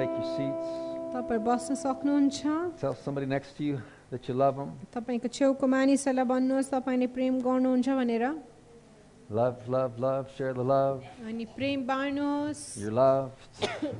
take your seats. तपाईँ बस्न सक्नुहुन्छ Tell somebody next to you that you love them. तपाईँको छेउको मानिसहरूलाई भन्नुहोस् तपाईँले प्रेम गर्नुहुन्छ भनेर Love, love, love. Share the love. अनि प्रेम बाँड्नुहोस् You're loved.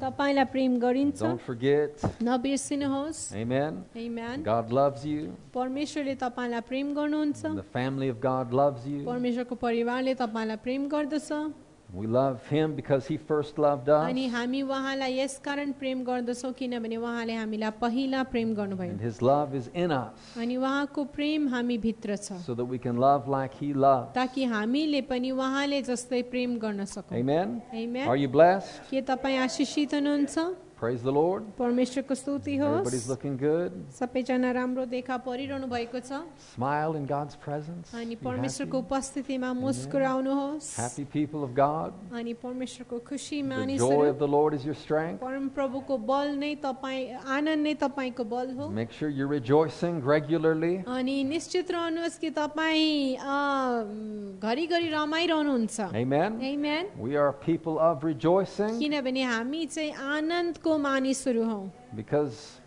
तपाईँलाई प्रेम गरिन्छ Don't forget. नबिर्सिनुहोस् Amen. Amen. God loves you. परमेश्वरले तपाईँलाई प्रेम गर्नुहुन्छ And the family of God loves you. परमेश्वरको परिवारले तपाईँलाई प्रेम गर्दछ We love Him because He first loved us. अनि हामी उहाँलाई यसकारण प्रेम गर्दछौँ किनभने उहाँले हामीलाई पहिला प्रेम गर्नुभयो And His love is in us अनि उहाँको प्रेम हामी भित्र छ so that we can love like He loved. ताकि हामीले पनि उहाँले जस्तै प्रेम गर्न सकौँ Amen. Amen. Are you blessed? के तपाईँ आशिषित हुनुहुन्छ Praise the Lord. परमेश्वरको स्तुति Everybody's होस् looking good. सबैजना राम्रो देखा परिरहनु भएको छ Smile in God's presence. अनि Be परमेश्वरको happy. उपस्थितिमा मुस्कुराउनुहोस् Happy people of God. अनि परमेश्वरको The खुसी joy मानिसहरू of the Lord is your strength. परम प्रभुको बल नै तपाईँ आनन्द नै तपाईँको बल हो Make sure you're rejoicing regularly. अनि निश्चित रहनुहोस् कि तपाईँ अम, घरिघरि रमाइरहनुहुन्छ Amen. Amen. We are people of rejoicing किनभने हामी चाहिँ आनन्दको मानिसहरू हौ because,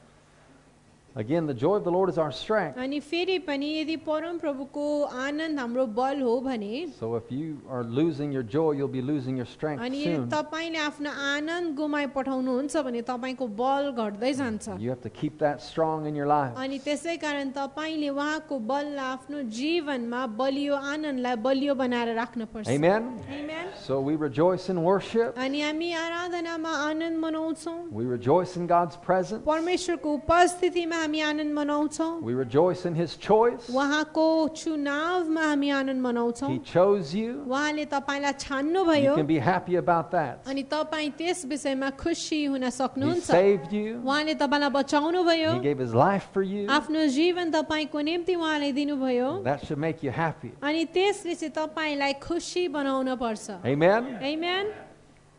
again, the joy of the Lord is our strength. अनि फेरि पनि यदि परम प्रभुको आनन्द हाम्रो बल हो भने So if you are losing your joy, you'll be losing your strength अनि यदि soon. तपाईँले आफ्नो आनन्द गुमाइ पठाउनुहुन्छ भने तपाईँको बल घट्दै जान्छ You have to keep that strong in your life. अनि त्यसै कारण तपाईँले उहाँको बललाई आफ्नो जीवनमा बलियो आनन्दलाई बलियो बनाएर राख्न पर्छ Amen. Amen. So we rejoice in worship. अनि हामी आराधनामा आनन्द मनाउँछौँ We rejoice in God's presence. परमेश्वरको उपस्थितिमा हामी आनन्द मनाउँछौँ We rejoice in His choice. उहाँको चुनावमा हामी आनन्द मनाउँछौँ He chose you. उहाँले तपाईँलाई You छान्नुभयो can be happy about that. अनि तपाईँ त्यस विषयमा खुसी हुन He सक्नुहुन्छ saved you. उहाँले तपाईँलाई बचाउनुभयो He gave His life for you. आफ्नो जीवन तपाईँको निम्ति उहाँले दिनुभयो That should make you happy. अनि त्यसले चाहिँ तपाईँलाई खुसी बनाउन पर्छ Amen. Amen.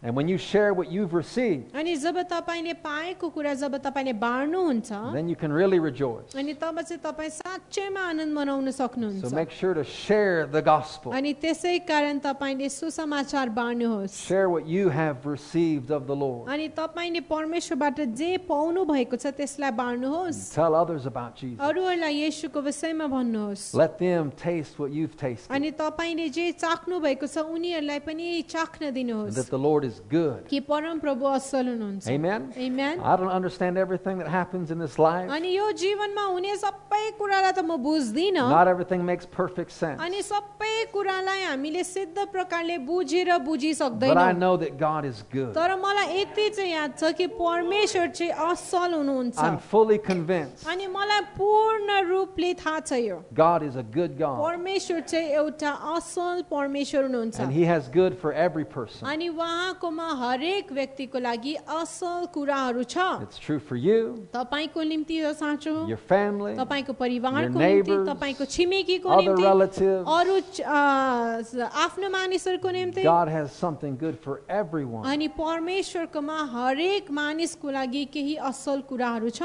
And when you share what you've received, अनि जब तपाईँले पाएको कुरा जब तपाईँले बाँड्नुहुन्छ then you can really rejoice. अनि तब चाहिँ तपाईँ साँच्चैमा आनन्द मनाउन So सक्नुहुन्छ make sure to share the gospel. अनि त्यसै कारण तपाईँले सुसमाचार बाँड्नुहोस् Share what you have received of the Lord. अनि तपाईँले परमेश्वरबाट जे पाउनु भएको छ त्यसलाई बाँड्नुहोस् Tell others about Jesus. अरूहरूलाई येशूको विषयमा भन्नुहोस् Let them taste what you've tasted. अनि तपाईँले जे चाख्नु भएको छ उनीहरूलाई पनि चाख्न And दिनुहोस् that the Lord is good. कि परम प्रभु असल हुनुहुन्छ Amen. Amen. I don't understand everything that happens in this life. अनि यो जीवनमा हुने सबै कुरालाई त म बुझ्दिनँ Not everything makes perfect sense. अनि सबै कुरालाई हामीले सिद्ध प्रकारले बुझेर But I बुझिसक्दैनौँ know that God is good. तर मलाई यति चाहिँ याद छ कि परमेश्वर चाहिँ असल हुनुहुन्छ I'm fully convinced अनि मलाई पूर्ण रूपले थाहा छ यो God is a good God. परमेश्वर चाहिँ एउटा असल परमेश्वर हुनुहुन्छ And He has good for every person. अनि उहाँकोमा हरेक व्यक्तिको लागि असल कुराहरू छ It's true for you, तपाईँको निम्ति यो साँचो हो your family, तपाईँको परिवारको Your निम्ति neighbors, तपाईँको छिमेकीको other निम्ति relatives. अरू च- अ, आफ्नो मानिसहरूको निम्ति God has something good for everyone. अनि परमेश्वरकोमा हरेक मानिसको लागि केही असल कुराहरू छ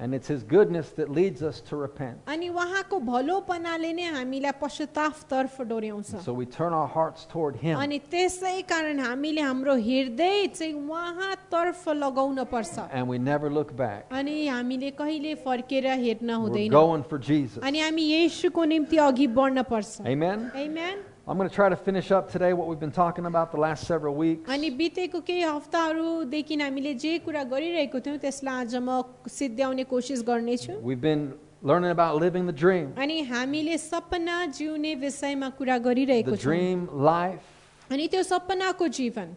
And it's His goodness that leads us to repent. अनि उहाँको भलोपनाले नै हामीलाई पश्चातापतर्फ डोर्याउँछ So we turn our hearts toward Him. अनि त्यसै कारण हामीले हाम्रो हृदय चाहिँ उहाँतर्फ लगाउन पर्छ And we never look back. अनि हामीले कहिले फर्केर हेर्न We're हुँदैन going for Jesus. अनि हामी येशूको निम्ति अघि बढ्न पर्छ Amen. Amen. I'm going to try to finish up today what we've been talking about the last several weeks. अनि बितेको केही हप्ताहरूदेखि हामीले जे कुरा गरिरहेको थियौँ त्यसलाई आज म सिद्ध्याउने कोसिस गर्नेछु We've been learning about living the dream, अनि हामीले सपना जिउने विषयमा कुरा the गरिरहेको छौँ dream life, अनि त्यो सपनाको जीवन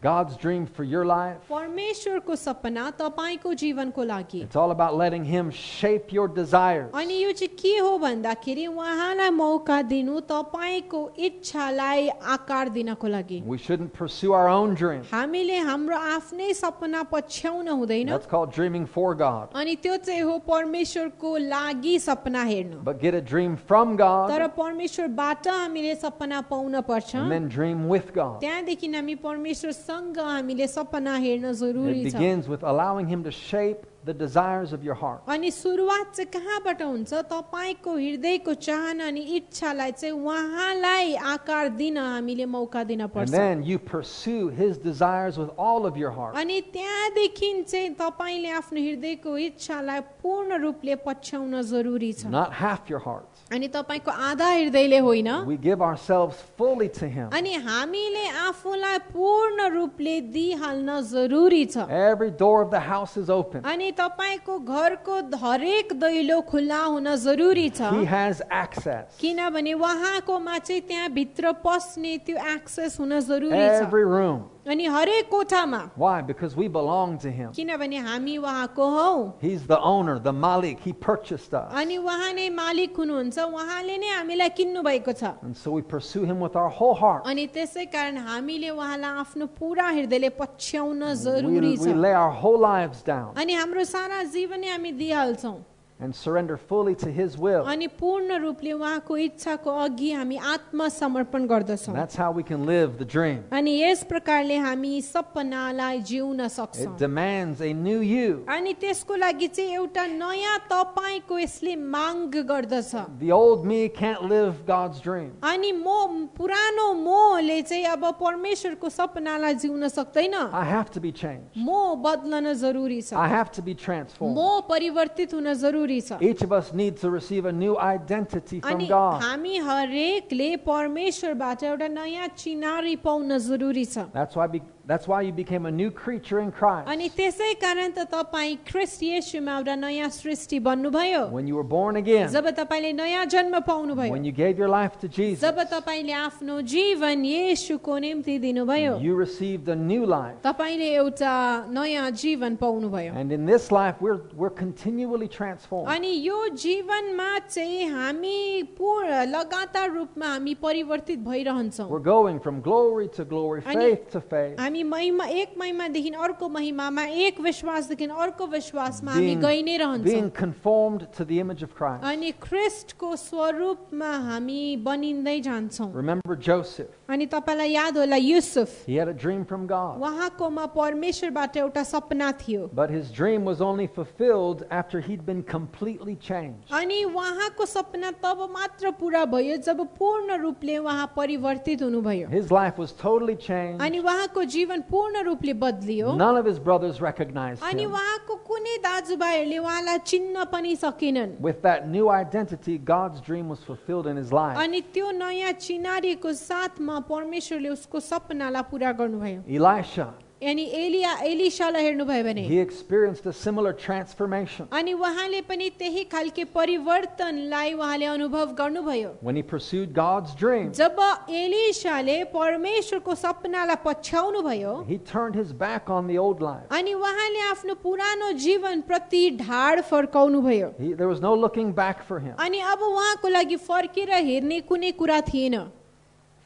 God's dream for your life. परमेश्वरको सपना तपाईँको जीवनको लागि It's all about letting Him shape your desires. अनि यो चाहिँ के हो भन्दाखेरि उहाँलाई मौका दिनु तपाईँको इच्छालाई आकार दिनको लागि We shouldn't pursue our own dream. हामीले हाम्रो आफ्नै सपना पछ्याउन हुँदैन That's called dreaming for God. अनि त्यो चाहिँ हो परमेश्वरको लागि सपना हेर्नु But get a dream from God तर परमेश्वरबाट हामीले सपना पाउन पर्छ and then dream with God. त्यहाँदेखि हामी परमेश्वरसँग हामीले सपना हेर्न It जरुरी छ begins with allowing Him to shape the desires of your heart. अनि सुरुवात चाहिँ कहाँबाट हुन्छ तपाईँको हृदयको चाहना अनि इच्छालाई चाहिँ उहाँलाई आकार दिन हामीले मौका दिन And पर्छ then you pursue His desires with all of your heart. अनि त्यहाँदेखि चाहिँ तपाईँले आफ्नो हृदयको इच्छालाई पूर्ण रूपले पछ्याउन जरुरी छ Not half your heart. अनि तपाईँको आधा हृदयले होइन We give ourselves fully to Him. अनि हामीले आफूलाई पूर्ण रूपले दिइहाल्न जरुरी छ Every door of the house is open. अनि तपाईँको घरको हरेक दैलो खुल्ला हुन जरुरी छ He has access. किनभने उहाँकोमा चाहिँ त्यहाँभित्र पस्ने त्यो एक्सेस हुन जरुरी छ Every room. अनि हरेक कोठामा Why? Because we belong to Him. किनभने हामी उहाँको हौ He's the owner, the Malik. He purchased us. अनि उहाँ नै मालिक हुनुहुन्छ उहाँले नै हामीलाई किन्नु भएको छ And so we pursue Him with our whole heart. अनि त्यसै कारण हामीले उहाँलाई आफ्नो पुरा हृदयले पछ्याउन We, जरुरी छ we lay our whole lives down अनि हाम्रो सारा जीवन नै हामी दिइहाल्छौँ and surrender fully to His will. अनि पूर्ण रूपले उहाँको इच्छाको अघि हामी आत्मसमर्पण And गर्दछौँ that's how we can live the dream. अनि यस प्रकारले हामी सपनालाई जिउन It सक्छौँ demands a new you. अनि त्यसको लागि चाहिँ एउटा नयाँ तपाईँको यसले माग गर्दछ The old me can't live God's dream. अनि म पुरानो मोहले चाहिँ अब परमेश्वरको सपनालाई जिउन सक्दैन I have to be changed. म बदलन जरुरी छ I have to be म transformed. परिवर्तित हुन जरुरी छ Each of us needs to receive a new identity from अनि God. हामी हरेकले परमेश्वरबाट एउटा नयाँ चिनारी पाउन जरुरी छ That's why, be, that's why you became a new creature in अनि Christ. त्यसै कारण त तपाईँ ख्रिस्ट येशूमा एउटा नयाँ सृष्टि बन्नुभयो When you were born again, जब तपाईँले नयाँ जन्म पाउनुभयो when you gave your life to Jesus, जब तपाईँले आफ्नो जीवन येशूको निम्ति दिनुभयो you received a new life. तपाईँले एउटा नयाँ जीवन पाउनुभयो And in this life, we're, we're continually transformed. अनि यो जीवनमा चाहिँ हामी पूर्ण लगातार रूपमा हामी परिवर्तित भइरहन्छौँ We're going from glory to glory, Ani- faith to faith, हामी महिमा एक महिमादेखि अर्को महिमामा एक विश्वासदेखि अर्को विश्वासमा हामी being, गइ नै रहन्छौँ being conformed to the image of Christ. अनि ख्रिस्टको स्वरूपमा हामी बनिँदै जान्छौँ Remember Joseph. अनि तपाईँलाई याद होला युसुफ He had a dream from God. उहाँकोमा परमेश्वरबाट एउटा सपना थियो But his dream was only fulfilled after he'd been completely changed. अनि उहाँको सपना तब मात्र पुरा भयो जब पूर्ण रूपले उहाँ परिवर्तित हुनुभयो His life was totally अनि changed. उहाँको जीवन पूर्ण रूपले बदलियो None of his brothers recognized अनि him. उहाँको कुनै दाजुभाइहरूले उहाँलाई चिन्न पनि सकेनन् With that new identity, God's dream was fulfilled in his life. अनि त्यो नयाँ चिनारीको साथमा परमेश्वरले उसको सपनालाई पुरा गर्नुभयो Elisha, अनि एलिया एलिसालाई हेर्नुभयो भने he experienced a similar transformation अनि उहाँले पनि त्यही खालके परिवर्तनलाई उहाँले अनुभव गर्नुभयो when he pursued God's dream. जब एलिसाले परमेश्वरको सपनालाई पछ्याउनु भयो He turned his back on the old life. अनि उहाँले आफ्नो पुरानो जीवन प्रति ढाड फर्काउनु भयो He, there was no looking back for him. अनि अब उहाँको लागि फर्केर हेर्ने कुनै कुरा थिएन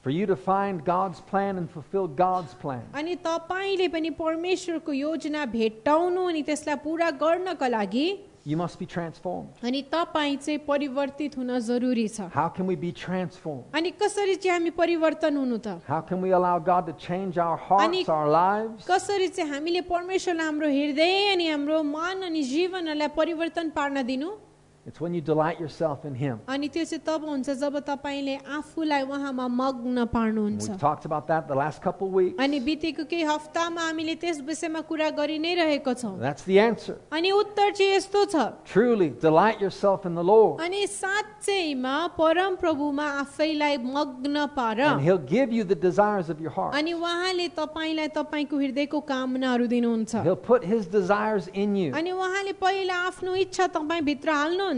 For you to find God's plan and fulfill God's plan, अनि तपाईँले पनि परमेश्वरको योजना भेट्टाउनु अनि त्यसलाई पुरा गर्नका लागि you must be transformed. अनि तपाईँ चाहिँ परिवर्तित हुन जरुरी छ How can we be transformed? अनि कसरी चाहिँ हामी परिवर्तन हुनु त How can we allow God to change our Ani- hearts, our lives? कसरी चाहिँ हामीले परमेश्वरलाई हाम्रो हृदय अनि हाम्रो मन अनि जीवनहरूलाई परिवर्तन पार्न दिनु It's when you delight yourself in Him. अनि त्यो चाहिँ तब हुन्छ जब तपाईँले आफूलाई उहाँमा मग्न पार्नुहुन्छ We've talked about that the last couple weeks. अनि बितेको केही हप्तामा हामीले त्यस विषयमा कुरा गरि नै रहेको छौँ That's the answer. अनि उत्तर चाहिँ यस्तो छ Truly delight yourself in the Lord, अनि साँच्चैमा परम प्रभुमा आफैलाई मग्न पार and He'll give you the desires of your heart. अनि उहाँले तपाईँलाई तपाईँको हृदयको कामनाहरू दिनुहुन्छ He'll put His desires in you. अनि उहाँले पहिला आफ्नो इच्छा तपाईँभित्र हाल्नुहुन्छ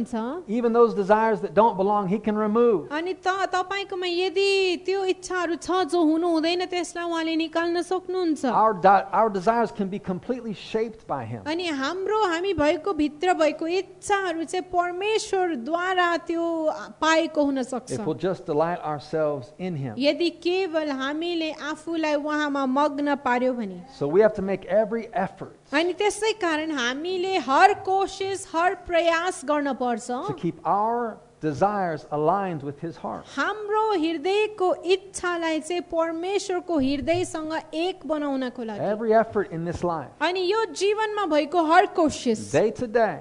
Even those desires that don't belong, He can remove. अनि त तपाईँकोमा यदि त्यो इच्छाहरू छ जो हुनु हुँदैन त्यसलाई उहाँले निकाल्न सक्नुहुन्छ Our, di- our desires can be completely shaped by Him. अनि हाम्रो हामी भएको भित्र भएको इच्छाहरू चाहिँ परमेश्वरद्वारा त्यो पाएको हुन सक्छ If we'll just delight ourselves in Him. यदि केवल हामीले आफूलाई उहाँमा मग्न पार्यो भने So we have to make every effort अनि त्यसै कारण हामीले हर कोसिस हर प्रयास गर्न पर्छ to keep our desires aligned with his heart. हाम्रो हृदयको इच्छालाई चाहिँ परमेश्वरको हृदयसँग एक बनाउनको लागि Every effort in this life, अनि यो जीवनमा भएको हर कोसिस day to day,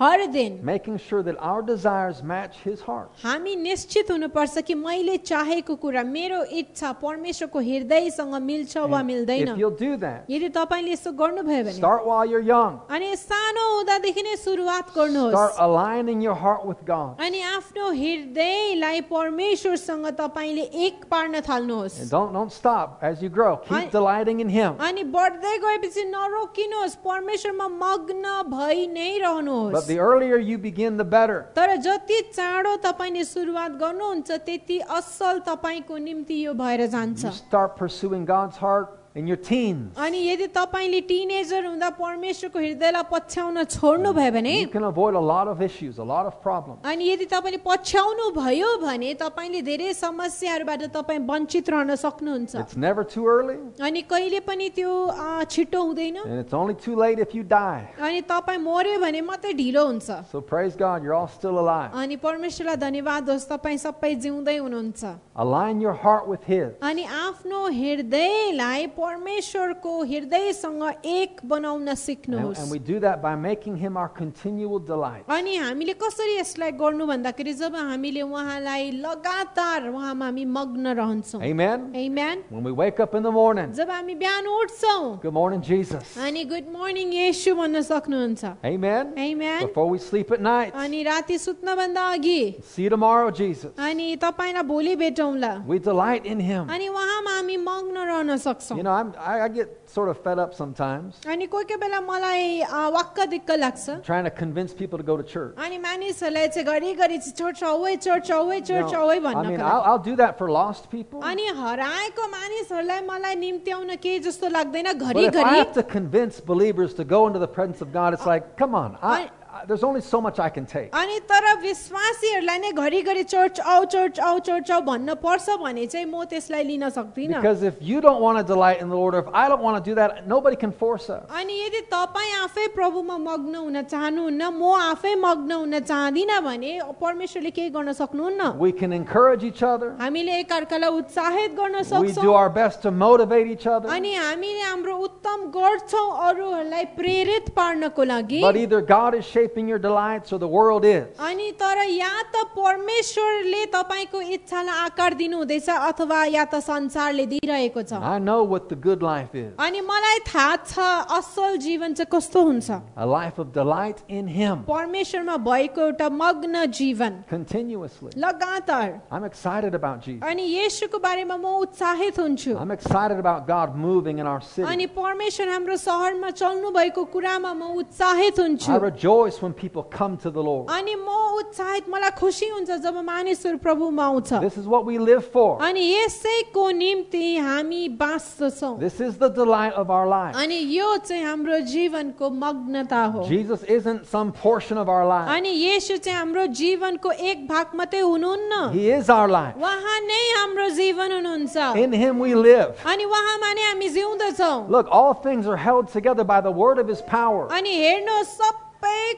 हर दिन making sure that our desires match his heart. हामी निश्चित हुनुपर्छ कि मैले चाहेको कुरा मेरो इच्छा परमेश्वरको हृदयसँग मिल्छ वा And मिल्दैन if you'll do that, यदि तपाईँले यस्तो गर्नुभयो भने start while you're young. अनि सानो हुँदादेखि नै सुरुवात Start गर्नुहोस् aligning your heart with God. अनि आफ्नो हृदयलाई परमेश्वरसँग तपाईँले एक पार्न थाल्नुहोस् And don't don't stop as you grow. Keep I- delighting in Him. अनि बढ्दै गएपछि नरोकिनुहोस् परमेश्वरमा मग्न भई नै But रहनुहोस् the earlier you begin, the better. तर जति चाँडो तपाईँले सुरुवात गर्नुहुन्छ त्यति असल तपाईँको निम्ति यो भएर जान्छ You start pursuing God's heart in your teens. अनि यदि तपाईँले टिनेजर हुँदा परमेश्वरको हृदयलाई पछ्याउन छोड्नुभयो भने You can avoid a lot of issues, a lot of problems. अनि यदि तपाईँले पछ्याउनु भयो भने तपाईँले धेरै समस्याहरूबाट तपाईँ वञ्चित रहन सक्नुहुन्छ It's never too early, अनि कहिले पनि त्यो अँ, छिटो हुँदैन and it's only too late if you die. अनि तपाईँ मर्यो भने मात्रै ढिलो हुन्छ So praise God, you're all still alive. अनि परमेश्वरलाई धन्यवाद होस् तपाईँ सबै जिउँदै हुनुहुन्छ Align your heart with His. अनि आफ्नो हृदयलाई परमेश्वरको हृदयसँग एक बनाउन And, सिक्नुहोस् and we do that by making Him our continual delight. अनि हामीले कसरी यसलाई गर्नु भन्दाखेरि जब हामीले उहाँलाई लगातार उहाँमा हामी मग्न रहन्छौँ Amen. Amen. When we wake up in the morning, जब हामी बिहान उठ्छौँ good morning, Jesus. अनि गुड मर्निङ येसु भन्न सक्नुहुन्छ Amen. Amen. Before we sleep at night, अनि राति सुत्नभन्दा अघि see you tomorrow, Jesus. अनि तपाईँलाई भोलि भेटौँला We delight in Him. अनि उहाँमा हामी मग्न रहन सक्छौँ You know, I'm, I, I get sort of fed up sometimes अनि कोही कोही बेला मलाई अ, वाक्क दिक्क लाग्छ trying to convince people to go to church. अनि मानिसहरूलाई चाहिँ घरिघरि चाहिँ चर्च आऊ है, चर्च आऊ है, You चर्च know, आऊ है I mean, भन्नको I'll, लागि। I'll do that for lost people. But अनि हराएको मानिसहरूलाई मलाई निम्त्याउन केही जस्तो लाग्दैन if I घरिघरि have to convince believers to go into the presence of God, it's like, come on, Uh, I, I, there's only so much I can take. अनि तर विश्वासीहरूलाई नै घरिघरि चर्च आऊ चर्च आऊ चर्च आऊ भन्न पर्छ भने चाहिँ म त्यसलाई लिन सक्दिनँ Because if you don't want to delight in the Lord, or if I don't want to do that, nobody can force us. अनि यदि तपाईँ आफै प्रभुमा मग्न हुन चाहनुहुन्न म आफै मग्न हुन चाहदिनँ भने परमेश्वरले केही गर्न सक्नुहुन्न We can encourage each other. हामीले एकअर्कालाई उत्साहित गर्न We do सक्छौँ our best to motivate each other. अनि हामीले हाम्रो उत्तम गर्छौँ अरूहरूलाई प्रेरित पार्नको लागि But either God is shaping your delights or the world is. अनि तर या त परमेश्वरले तपाईँको इच्छालाई आकार दिनुहुँदैछ अथवा या त संसारले दिइरहेको छ I know what the good life is अनि मलाई थाहा छ असल जीवन चाहिँ कस्तो हुन्छ a life of delight in Him परमेश्वरमा भएको एउटा मग्न जीवन continuously. लगातार I'm excited about Jesus. अनि येशूको बारेमा म उत्साहित हुन्छु I'm excited about God moving in our अनि city. परमेश्वर हाम्रो सहरमा चल्नु भएको कुरामा म उत्साहित I हुन्छु rejoice when people come to the Lord. अनि म उत्साहित मलाई खुसी हुन्छ जब मानिसहरू प्रभुमा आउँछ This is what we live for. अनि यसैको निम्ति हामी बाँच्दछौँ This is the delight of our life. अनि यो चाहिँ हाम्रो जीवनको मग्नता हो Jesus isn't some portion of our life, अनि यसो चाहिँ हाम्रो जीवनको एक भाग मात्रै हुनुहुन्न He is our life. उहाँ नै हाम्रो जीवन हुनुहुन्छ In Him we live. अनि उहाँमा नै हामी जिउँदछौँ Look, all things are held together by the word of His power. अनि हेर्नुहोस् सबै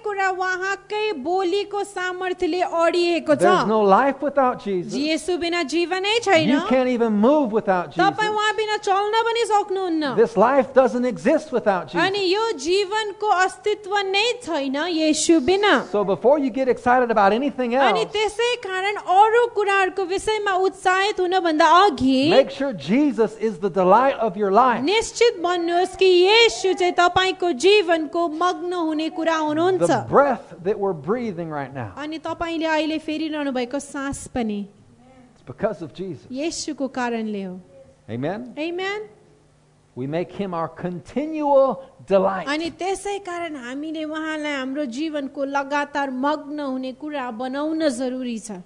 कुरा उहाँकै बोलीको सामर्थ्यले अडिएको छ There's no life without Jesus. Yesu बिना जीवनै छैन You can't even move without तपाईँ Jesus. उहाँ बिना चल्न पनि सक्नुहुन्न This life doesn't exist without Jesus. अनि यो जीवनको अस्तित्व नै छैन यसु बिना So before you get excited about anything अनि else, त्यसै कारण अरू कुराहरूको विषयमा उत्साहित हुनभन्दा अघि make sure Jesus is the delight of your life. निश्चित भन्नुहोस् कि यसु चाहिँ तपाईँको जीवनको मग्न हुने कुरा हुनुहुन्छ The breath that we're breathing right now, अनि तपाईँले अहिले फेरिरहनु भएको सास पनि it's because of Jesus. यसुको कारणले हो Amen? Amen. We make him our continual delight. अनि त्यसै कारण हामीले उहाँलाई हाम्रो जीवनको लगातार मग्न हुने कुरा बनाउन जरुरी छ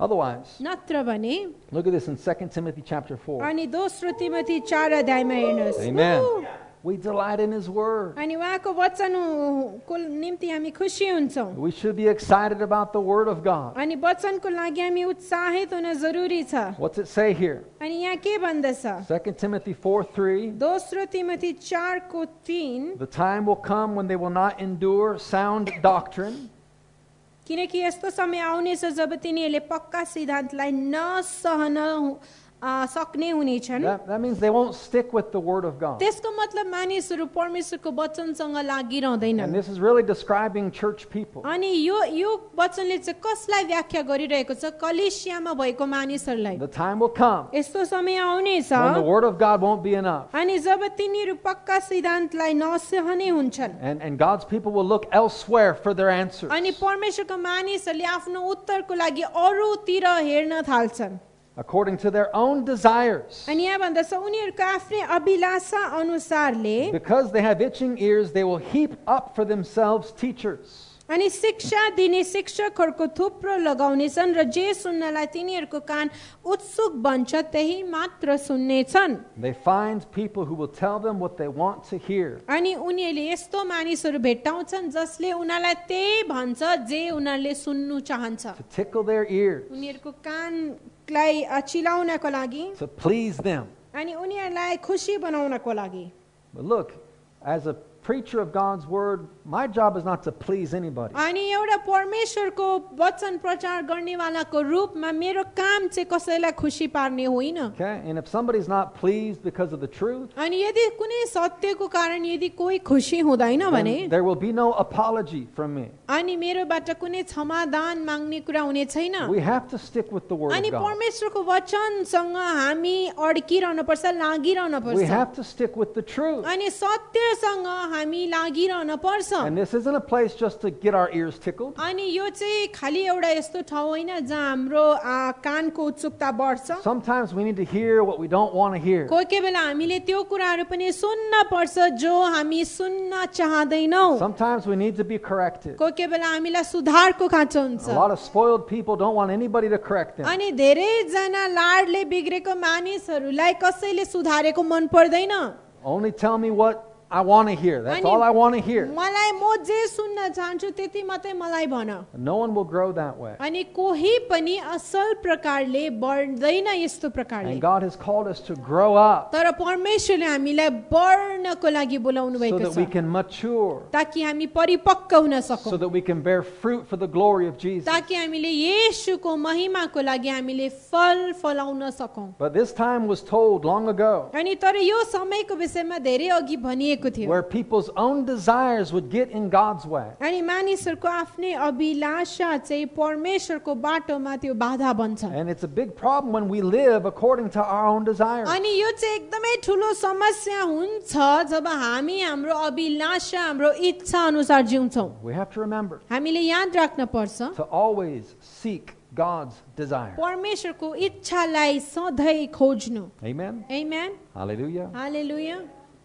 Otherwise, नत्र भने look at this in 2 Timothy chapter 4. अनि दोस्रो तिमती चार अध्यायमा Oh. हेर्नुहोस् Amen. We delight in his word. अनि उहाँको वचनको निम्ति हामी खुसी हुन्छौँ We should be excited about the word of God. अनि वचनको लागि हामी उत्साहित हुन जरुरी छ What's it say here? अनि यहाँ के भन्दछ 2 Timothy 4 3. दोस्रो तिमती चारको तिन The time will come when they will not endure sound doctrine, किनकि यस्तो समय आउनेछ जब तिनीहरूले पक्का सिद्धान्तलाई नसहन हु- आ, सक्ने हुनेछन् That, that means they won't stick with the Word of God. त्यसको मतलब मानिसहरू परमेश्वरको वचनसँग And लागिरहँदैनन् this is really describing church people. अनि यो यो वचनले चाहिँ कसलाई व्याख्या गरिरहेको छ कलेसियामा भएको मानिसहरूलाई The time will come यस्तो समय आउनेछ when the Word of God won't be enough. अनि जब तिनीहरू पक्का सिद्धान्तलाई नसहने हुन्छन् And, and God's people will look elsewhere for their answers. अनि परमेश्वरको मानिसहरूले आफ्नो उत्तरको लागि अरूतिर हेर्न थाल्छन् according to their own desires. अनि यहाँ भन्दा छ उनीहरूको आफ्नै अभिलाषा अनुसारले Because they have itching ears, they will heap up for themselves teachers अनि शिक्षा दिने शिक्षकहरूको थुप्रो लगाउनेछन् र जे सुन्नलाई तिनीहरूको कान उत्सुक बन्छ त्यही मात्र सुन्नेछन् They find people who will tell them what they want to hear. अनि उनीहरूले यस्तो मानिसहरू भेट्टाउँछन् जसले उनीहरूलाई त्यही भन्छ जे उनीहरूले सुन्नु चाहन्छ To tickle their ears, उनीहरूको कानलाई अ, चिलाउनको लागि to please them. अनि उनीहरूलाई खुसी बनाउनको लागि But look, as a preacher of God's word, my job is not to please anybody. अनि एउटा परमेश्वरको वचन प्रचार गर्नेवालाको रूपमा मेरो काम चाहिँ कसैलाई खुसी पार्ने होइन Okay? And if somebody's not pleased because of the truth, अनि यदि कुनै सत्यको कारण यदि कोही खुसी हुँदैन भने then there will be no apology from me. अनि मेरोबाट कुनै क्षमादान माग्ने कुरा हुने छैन We have to stick with the word of अनि God. परमेश्वरको वचनसँग हामी अड्किरहनु पर्छ लागिरहनु We पर्छ have to stick with the truth. अनि सत्यसँग हामी लागिरहनु पर्छ And this isn't a place just to get our ears tickled. अनि यो चाहिँ खालि एउटा यस्तो ठाउँ होइन जहाँ हाम्रो आ, कानको उत्सुकता बढ्छ Sometimes we need to hear what we don't want to hear. कोही कोही बेला हामीले त्यो कुराहरू पनि सुन्न पर्छ जो हामी सुन्न चाहँदैनौँ Sometimes we need to be corrected. कोही कोही बेला हामीलाई सुधारको खाँचो हुन्छ A lot of spoiled people don't want anybody to correct them. अनि धेरैजना लाडले बिग्रेको मानिसहरूलाई कसैले सुधारेको मन पर्दैन Only tell me what I want to hear. That's Ani- all I want to hear. मलाई म जे सुन्न चाहन्छु त्यति मात्रै मलाई भन No one will grow that way. अनि कोही पनि असल प्रकारले बढ्दैन यस्तो प्रकारले And God has called us to grow up तर परमेश्वरले हामीलाई बढ्नको लागि बोलाउनु so भएको that we छ can mature, ताकि हामी परिपक्व हुन so सकौँ that we can bear fruit for the glory of Jesus. ताकि हामीले येशूको महिमाको लागि हामीले फल फलाउन सकौँ But this time was told long ago अनि तर यो समयको विषयमा धेरै अघि भनिएको थियो where people's own desires would get in God's way. अनि मानिसहरूको आफ्नै अभिलाषा चाहिँ परमेश्वरको बाटोमा त्यो बाधा बन्छ And it's a big problem when we live according to our own desires. अनि यो चाहिँ एकदमै ठुलो समस्या हुन्छ जब हामी हाम्रो अभिलाषा हाम्रो इच्छा अनुसार जिउँछौँ We have to remember हामीले याद राख्न पर्छ to always seek God's desire. परमेश्वरको इच्छालाई सधैँ खोज्नु Amen. Amen Hallelujah. Hallelujah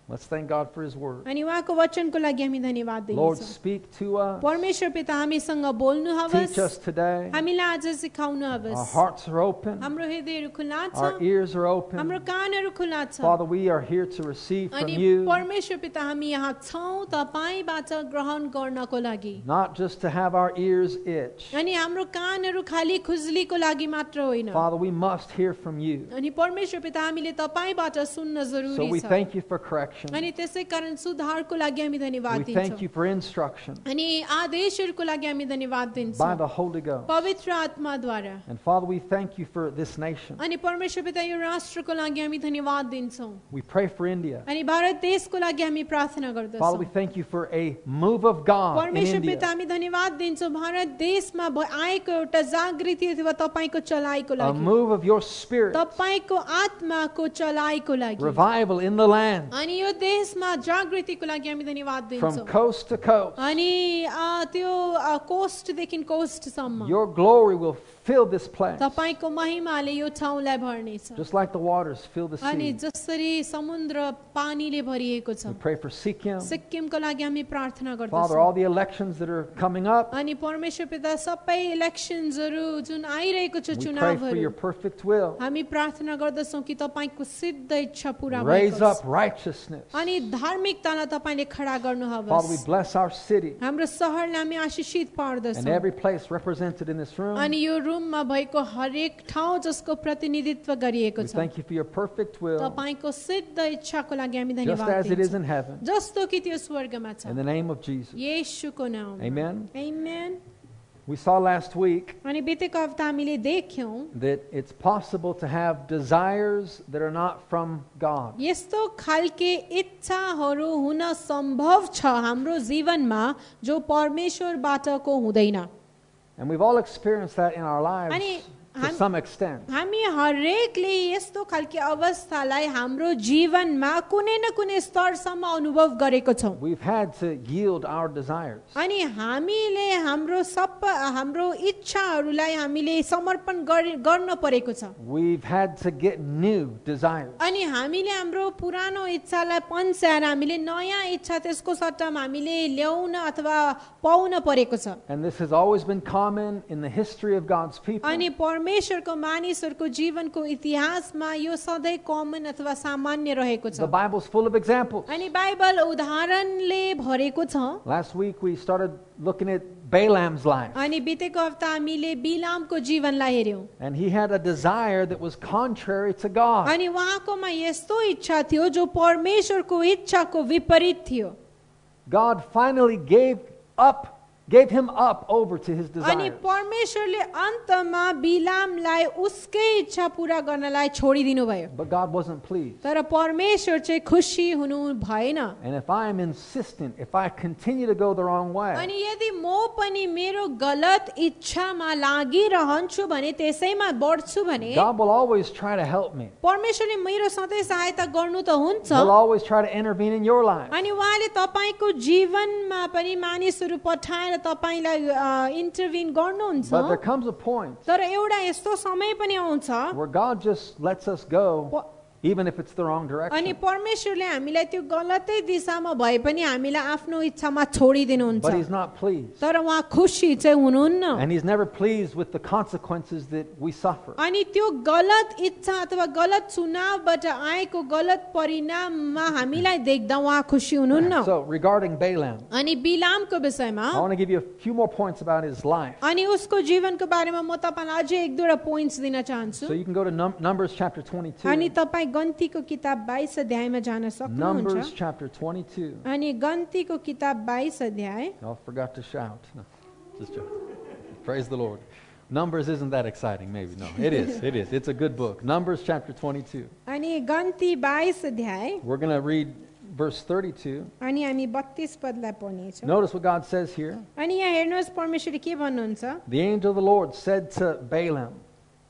Let's thank God for His word. अनि उहाँको वचनको लागि हामी धन्यवाद Lord, दिन्छौँ speak to us. परमेश्वर पिता हामीसँग बोल्नु Teach us हवस् today. हामीलाई आज सिकाउनु Our हवस् hearts are open. हाम्रो हृदयहरू खुला छ Our ears are हाम्रो open. कानहरू खुला छ Father, we are here to receive from अनि you, परमेश्वर पिता हामी यहाँ छौँ तपाईँबाट ग्रहण गर्नको लागि not just to have our ears itch. अनि हाम्रो कानहरू खालि खुजलीको लागि मात्र होइन Father, we must hear from you. अनि परमेश्वर पिता हामीले तपाईँबाट सुन्न So जरुरी we छ thank you for correction. अनि त्यसै कारण सुधारको लागि हामी धन्यवाद We thank दिन्छौँ you for instruction अनि आदेशहरूको लागि हामी धन्यवाद by दिन्छौँ the Holy Ghost. पवित्र आत्माद्वारा And Father, we thank you for this nation. अनि परमेश्वर पिता यो राष्ट्रको लागि हामी धन्यवाद दिन्छौँ We pray for India. अनि भारत देशको लागि हामी प्रार्थना Father, we गर्दछौँ thank you for a move of God in परमेश्वर पिता India, हामी धन्यवाद दिन्छौँ भारत देशमा भ- आएको एउटा जागृति अथवा तपाईँको चलाइको a लागि move of your spirit, तपाईँको आत्माको चलाइको लागि revival in the land अनि यो देशमा जागृतिको लागि हामी धन्यवाद from दिन्छौँ coast to coast. अनि अ, त्यो अ, कोस्टदेखि कोस्टसम्म Your glory will fill this place, तपाईँको महिमाले यो ठाउँलाई भर्नेछ just like the waters fill the अनि sea. जसरी समुद्र पानीले भरिएको छ We pray for Sikkim. सिक्किमको लागि हामी प्रार्थना Father, गर्दछौँ all the elections that are coming up, अनि परमेश्वर पिता सबै इलेक्सन्सहरू जुन आइरहेको छ we pray for your चुनावहरू perfect will. हामी प्रार्थना गर्दछौँ कि तपाईँको सिद्ध इच्छा पुरा Raise up होस्। righteousness. अनि धार्मिकतालाई तपाईँले खडा Father, we गर्नुहोस् bless our city हाम्रो सहरलाई हामी आशिषित and पार्दछौँ every place represented in this room. अनि यो रुममा भएको हरेक ठाउँ जसको प्रतिनिधित्व गरिएको We छ thank you for your perfect will, तपाईँको सिद्ध इच्छाको लागि हामी just धन्यवाद as it is दिन्छौँ in heaven. जस्तो कि त्यो स्वर्गमा छ In the name of Jesus. येशूको नाम Amen. Amen. We saw last week अनि बितेको हप्ता हामीले देख्यौँ that it's possible to have desires that are not from God. यस्तो खालके इच्छाहरू हुन सम्भव छ हाम्रो जीवनमा जो परमेश्वरबाटको हुँदैन And we've all experienced that in our lives Ani- to I'm- some extent. हामी हरेकले यस्तो खालके अवस्थालाई हाम्रो जीवनमा कुनै न कुनै स्तरसम्म अनुभव गरेको छौँ We've had to yield our desires. अनि हामीले हाम्रो सब हाम्रो इच्छाहरूलाई हामीले समर्पण गरे- गर्न परेको छ We've had to get new desires. अनि हामीले हाम्रो पुरानो इच्छालाई पन्स्याएर हामीले नयाँ इच्छा त्यसको सट्टामा हामीले ल्याउन अथवा पाउन परेको छ And this has always been common in the history of God's people. अनि परमेश्वरको मानिसहरूको जीवनको इतिहासमा यो सधैँ कमन अथवा सामान्य रहेको The छ Bible's full of examples. अनि बाइबल उदाहरणले भरेको छ Last week we started looking at Balaam's life. अनि बितेको हप्ता हामीले बिलामको जीवनलाई हेऱ्यौँ And he had a desire that was contrary to God. अनि उहाँकोमा यस्तो इच्छा थियो जो परमेश्वरको इच्छाको विपरीत थियो God finally gave up, gave him up over to his अनि desires. परमेश्वरले अन्तमा बिलामलाई उसकै इच्छा पुरा गर्नलाई छोडिदिनु भयो But God wasn't pleased. तर परमेश्वर चाहिँ खुसी हुनु भएन And if I am insistent, if I continue to go the wrong way, अनि यदि म पनि मेरो गलत इच्छामा लागिरहन्छु भने त्यसैमा बढ्छु भने God will always try to help me. परमेश्वरले मेरो सधैँ सहायता गर्नु त हुन्छ He'll always try to intervene in your life. अनि उहाँले तपाईँको जीवनमा पनि मानिसहरू पठाएर तपाईँलाई इन्टरभ्युन गर्नुहुन्छ But there comes a point तर एउटा यस्तो समय पनि आउँछ where God just lets us go, even if it's the wrong अनि direction. परमेश्वरले हामीलाई त्यो गलतै दिशामा भए पनि हामीलाई आफ्नो इच्छामा छोडिदिनुहुन्छ But He's not pleased. तर उहाँ खुसी चाहिँ हुनुहुन्न And He's never pleased with the consequences that we suffer. अनि त्यो गलत इच्छा अथवा गलत चुनावबाट आएको गलत परिणाममा हामीलाई देख्दा उहाँ खुसी हुनुहुन्न So, regarding Balaam, अनि बिलामको विषयमा I want to give you a few more points about his life. अनि उसको जीवनको बारेमा म तपाईँलाई अझै एक दुईवटा पोइन्ट्स दिन चाहन्छु So you can go to num- Numbers chapter अनि 22. तपाईँ गन्तीको किताब बाइस अध्यायमा जान सक्नुहुन्छ Numbers chapter 22. अनि गन्तीको किताब बाइस अध्याय I forgot to shout. No, just joking. Praise the Lord. Numbers isn't that exciting, maybe. No, it is. It is. It's a good book. Numbers chapter 22. अनि गन्ती बाइस अध्याय We're going to read verse 32. अनि हामी बत्तिस पदलाई पढ्नेछौँ Notice what God says here. अनि यहाँ हेर्नुहोस् परमेश्वर के भन्नुहुन्छ The angel of the Lord said to Balaam,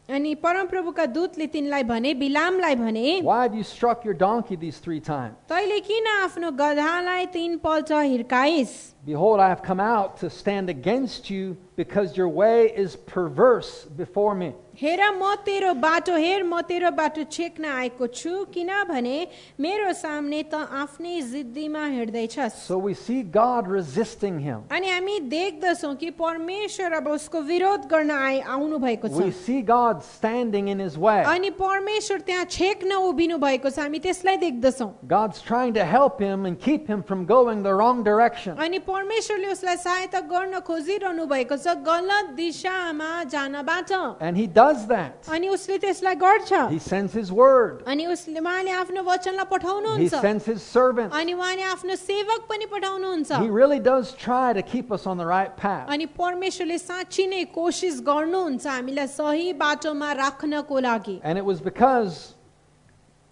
अनि परमप्रभुका दूतले तिनलाई भने बिलामलाई भने Why have you struck your donkey these three times? तैँले किन आफ्नो गधालाई तिनपल्ट हिर्काइस् Behold, I have come out to stand against you because your way is perverse before me. हेर म तेरो बाटो हेर म तेरो बाटो छेक्न आएको छु किनभने मेरो सामने त आफ्नै जिद्दीमा हिँड्दैछस् So we see God resisting him. अनि हामी देख्दछौँ कि परमेश्वर अब उसको विरोध गर्न आए आउनु भएको We छ see God standing in his way. अनि परमेश्वर त्यहाँ छेक्न उभिनु भएको छ हामी त्यसलाई देख्दछौँ God's trying to help him and keep him from going the wrong direction. अनि परमेश्वरले उसलाई सहायता गर्न खोजिरहनु भएको छ गलत दिशामा जानबाट And he does that. अनि उसले त्यसलाई गर्छ He sends his word. अनि उसले उहाँले आफ्नो He वचनलाई पठाउनुहुन्छ sends his servant. अनि उहाँले आफ्नो सेवक पनि पठाउनुहुन्छ He really does try to keep us on the right path. अनि परमेश्वरले साँच्ची नै कोसिस गर्नुहुन्छ हामीलाई सही बाटोमा राख्नको लागि And it was because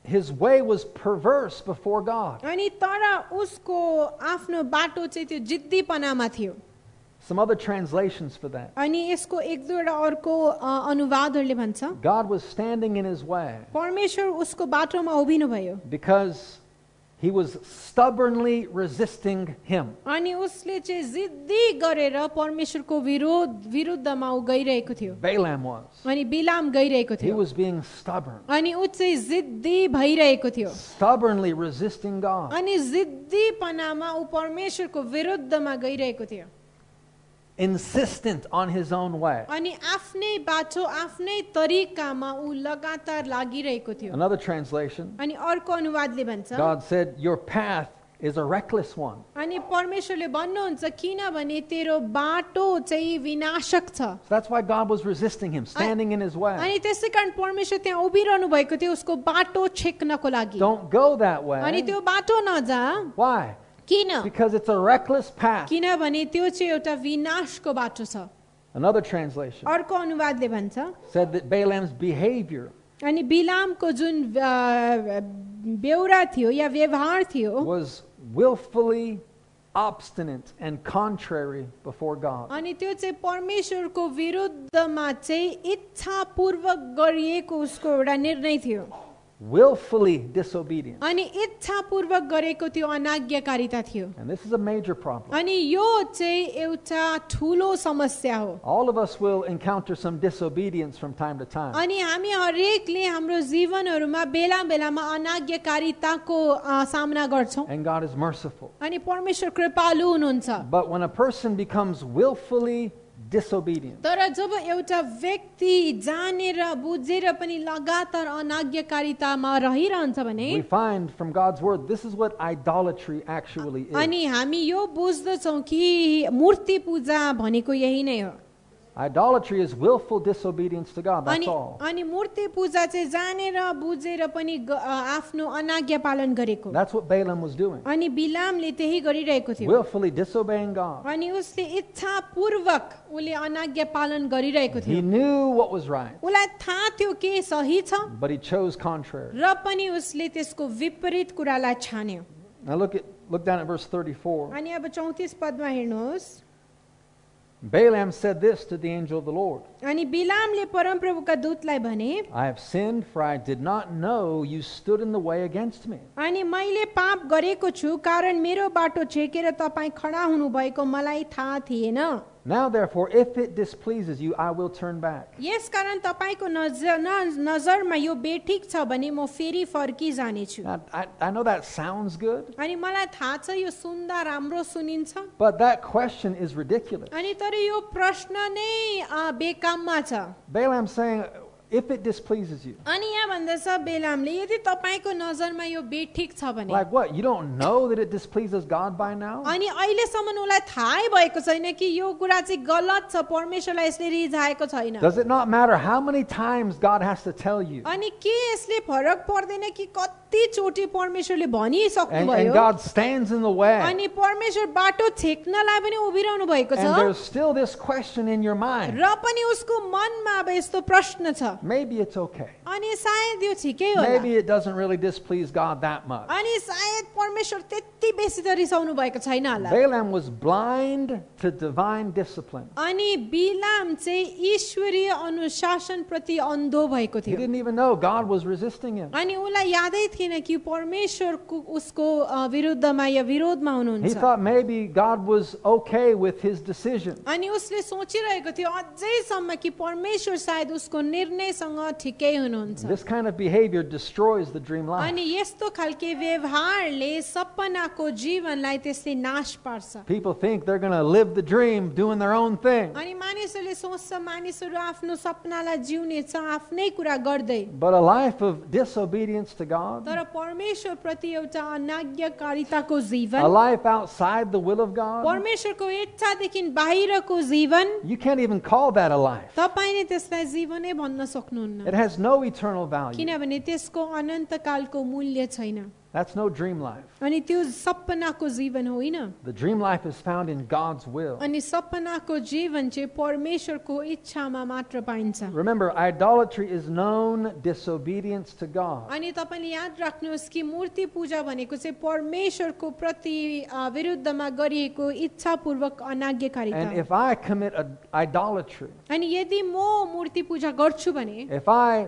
his way was perverse before God. अनि तर उसको आफ्नो बाटो चाहिँ त्यो जिद्दीपनामा थियो Some other translations for that. अनि यसको एक दुईवटा अर्को अ, अनुवादहरूले भन्छ God was standing in his way परमेश्वर उसको बाटोमा उभिनुभयो because he was stubbornly resisting him. अनि उसले चाहिँ जिद्दी गरेर परमेश्वरको विरोध विरुद्धमा ऊ गइरहेको थियो Balaam was. अनि बिलाम गइरहेको He थियो was being stubborn. अनि ऊ चाहिँ जिद्दी भइरहेको थियो stubbornly resisting God. अनि जिद्दीपनामा ऊ परमेश्वरको विरुद्धमा गइरहेको थियो Insistent on his own way. अनि आफ्नै बाटो आफ्नै तरिकामा ऊ लगातार लागिरहेको थियो Another translation अनि अर्को अनुवादले भन्छ God said, Your path is a reckless one. अनि परमेश्वरले भन्नुहुन्छ किनभने तेरो बाटो चाहिँ विनाशक छ So that's why God was resisting him, standing in his way. अनि त्यसै कारण परमेश्वर त्यहाँ उभिरहनु भएको थियो उसको बाटो छेक्नको लागि Don't go that अनि way. त्यो बाटो नजा Why? किन Because it's a reckless path. किनभने त्यो चाहिँ एउटा विनाशको बाटो छ Another translation अर्को अनुवादले भन्छ said that Balaam's behavior अनि बिलामको जुन अ, बेहोरा थियो या व्यवहार थियो was willfully obstinate and contrary before God. अनि त्यो चाहिँ परमेश्वरको विरुद्धमा चाहिँ इच्छापूर्वक गरिएको उसको एउटा निर्णय थियो Willfully disobedient. अनि इच्छापूर्वक गरेको त्यो अनाज्ञाकारिता थियो And this is a major problem. अनि यो चाहिँ एउटा ठुलो समस्या हो All of us will encounter some disobedience from time to time. अनि हामी हरेकले हाम्रो जीवनहरूमा बेला बेलामा अनाज्ञाकारिताको अ, सामना गर्छौँ And God is merciful. अनि परमेश्वर कृपालु हुनुहुन्छ But when a person becomes willfully disobedient, तर जब एउटा व्यक्ति जानेर बुझेर पनि लगातार अनाज्ञाकारितामा रहिरहन्छ भने we find from God's word this is what idolatry actually is. अनि हामी यो बुझ्दछौँ कि मूर्ति पूजा भनेको यही नै हो Idolatry is willful disobedience to God. That's अनि all. अनि मूर्ति पूजा चाहिँ जानेर बुझेर पनि ग- अ, आफ्नो अनाज्ञा पालन गरेको That's what Balaam was doing. अनि बिलामले त्यही गरिरहेको थियो Willfully disobeying God. अनि उसले इच्छापूर्वक उसले अनाज्ञा पालन गरिरहेको He थियो knew what was right, उसलाई थाहा थियो के सही छ but he chose contrary. र पनि उसले त्यसको विपरीत कुरालाई छान्यो Now look at look down at verse 34. अनि अब चौतिस पदमा हेर्नुहोस् Balaam said this to the angel of the Lord. अनि बिलामले परमप्रभुका दूतलाई भने I have sinned, for I did not know you stood in the way against me. अनि मैले पाप गरेको छु कारण मेरो बाटो छेकेर तपाईँ खडा हुनुभएको मलाई थाहा थिएन Now, therefore, if it displeases you, I will turn back. यसकारण तपाईँको नजर न- नजरमा यो बेठिक छ भने म फेरि फर्किजानेछु Now, I, I know that sounds good, अनि मलाई थाहा छ यो सुन्दा राम्रो सुनिन्छ but that question is ridiculous. अनि तर यो प्रश्न नै अ, बेकाममा छ Balaam's saying, if it displeases you, अनि यहाँ भन्दछ बेलामले यदि तपाईँको नजरमा यो बेठिक छ भने like what? You don't know that it displeases God by now? अनि अहिलेसम्म उसलाई थाहै भएको छैन कि यो कुरा चाहिँ गलत छ परमेश्वरलाई यसले रिझाएको छैन Does it not matter how many times God has to tell you? अनि के यसले फरक पर्दैन कि कतिचोटि परमेश्वरले And, and भनिसक्नुभयो God stands in the way. अनि परमेश्वर बाटो छेक्नलाई पनि उभिरहनु भएको छ And there's still this question in your raw mind. पनि उसको मनमा अब यस्तो प्रश्न छ Maybe it's okay. अनि सायद यो ठिकै होला Maybe it doesn't really displease God that much. अनि सायद परमेश्वर त्यति बेसी त रिसाउनु भएको छैन होला Balaam was blind to divine discipline. अनि बिलाम चाहिँ ईश्वरीय अनुशासन प्रति अन्धो भएको He थियो didn't even know God was resisting him. अनि उसलाई यादै थिएन कि परमेश्वरको उसको अ, विरुद्धमा या विरोधमा He हुनुहुन्छ thought maybe God was okay with his decision. अनि उसले सोचिरहेको थियो अझैसम्म कि परमेश्वर सायद उसको निर्णयसँग ठिकै हुनुहुन्छ This kind of behavior destroys the dream life. अनि यस्तो खालके व्यवहारले सपनाको जीवनलाई त्यसले नाश पार्छ People think they're going to live the dream doing their own thing. अनि मानिसहरूले सोच्छ मानिसहरू आफ्नो सपनालाई जिउनेछ आफ्नै कुरा गर्दै But a life of disobedience to God, तर परमेश्वर प्रति एउटा अनाज्ञाकारिताको a जीवन life outside the will of God, परमेश्वरको इच्छादेखि बाहिरको जीवन you can't even call that a life. तपाईँले त्यसलाई जीवनै भन्न सक्नुहुन्न It has no eternal value. किनभने त्यसको अनन्तकालको मूल्य छैन That's no dream life. अनि त्यो सपनाको जीवन होइन The dream life is found in God's will. अनि सपनाको जीवन चाहिँ परमेश्वरको इच्छामा मात्र पाइन्छ Remember, idolatry is known disobedience to God. अनि तपाईँले याद राख्नुहोस् कि मूर्ति पूजा भनेको चाहिँ परमेश्वरको प्रति अ, विरुद्धमा गरिएको इच्छापूर्वक अनाज्ञाकारिता And हो। if I commit a- idolatry, अनि यदि म मूर्ति पूजा गर्छु भने if I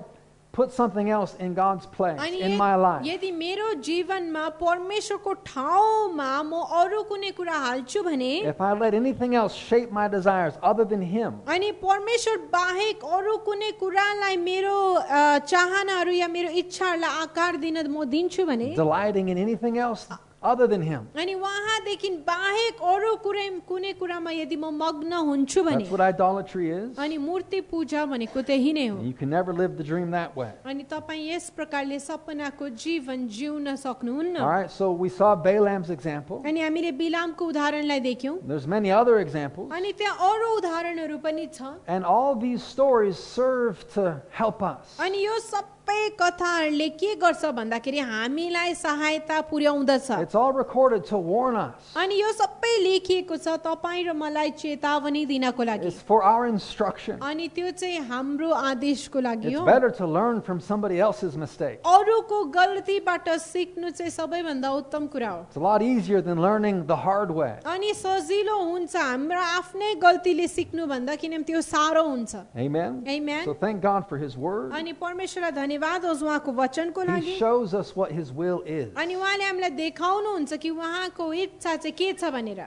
put something else in God's place अनि in यद- my life, यदि मेरो जीवनमा परमेश्वरको ठाउँमा म अरू कुनै कुरा हाल्छु भने if I let anything else shape my desires other than Him, अनि परमेश्वर बाहेक अरू कुनै कुरालाई मेरो अ, चाहनाहरू या मेरो इच्छाहरूलाई आकार दिन म दिन्छु भने delighting in anything else other than Him, अनि उहाँदेखि बाहेक अरू कुरै कुनै कुरामा यदि म मग्न हुन्छु भने that's what idolatry is. अनि मूर्ति पूजा भनेको त्यही नै हो And you can never live the dream that way. अनि तपाईँ यस प्रकारले सपनाको जीवन जिउन सक्नुहुन्न All right, so we saw Balaam's example. अनि हामीले बिलामको उदाहरणलाई देख्यौँ There's many other examples. अनि त्यहाँ अरू उदाहरणहरू पनि छ And all these stories serve to help us. अनि यो सबै सबै कथाहरूले के गर्छ भन्दाखेरि हामीलाई सहायता पुर्याउँदछ It's all recorded to warn us. अनि यो सबै लेखिएको छ तपाईँ र मलाई चेतावनी दिनको लागि It's for our instruction. अनि त्यो चाहिँ हाम्रो आदेशको लागि It's हो better to learn from somebody else's mistake. अरूको गल्तीबाट सिक्नु चाहिँ सबैभन्दा उत्तम कुरा हो It's a lot easier than learning the hard way. अनि सजिलो हुन्छ हाम्रो आफ्नै गल्तीले सिक्नुभन्दा किनभने त्यो साह्रो हुन्छ Amen? Amen. So thank God for His Word. अनि परमेश्वरलाई धन्यवाद होस् उहाँको वचनको लागि He shows us what His will is. अनि उहाँले हामीलाई देखाउनुहुन्छ कि उहाँको इच्छा चाहिँ के छ भनेर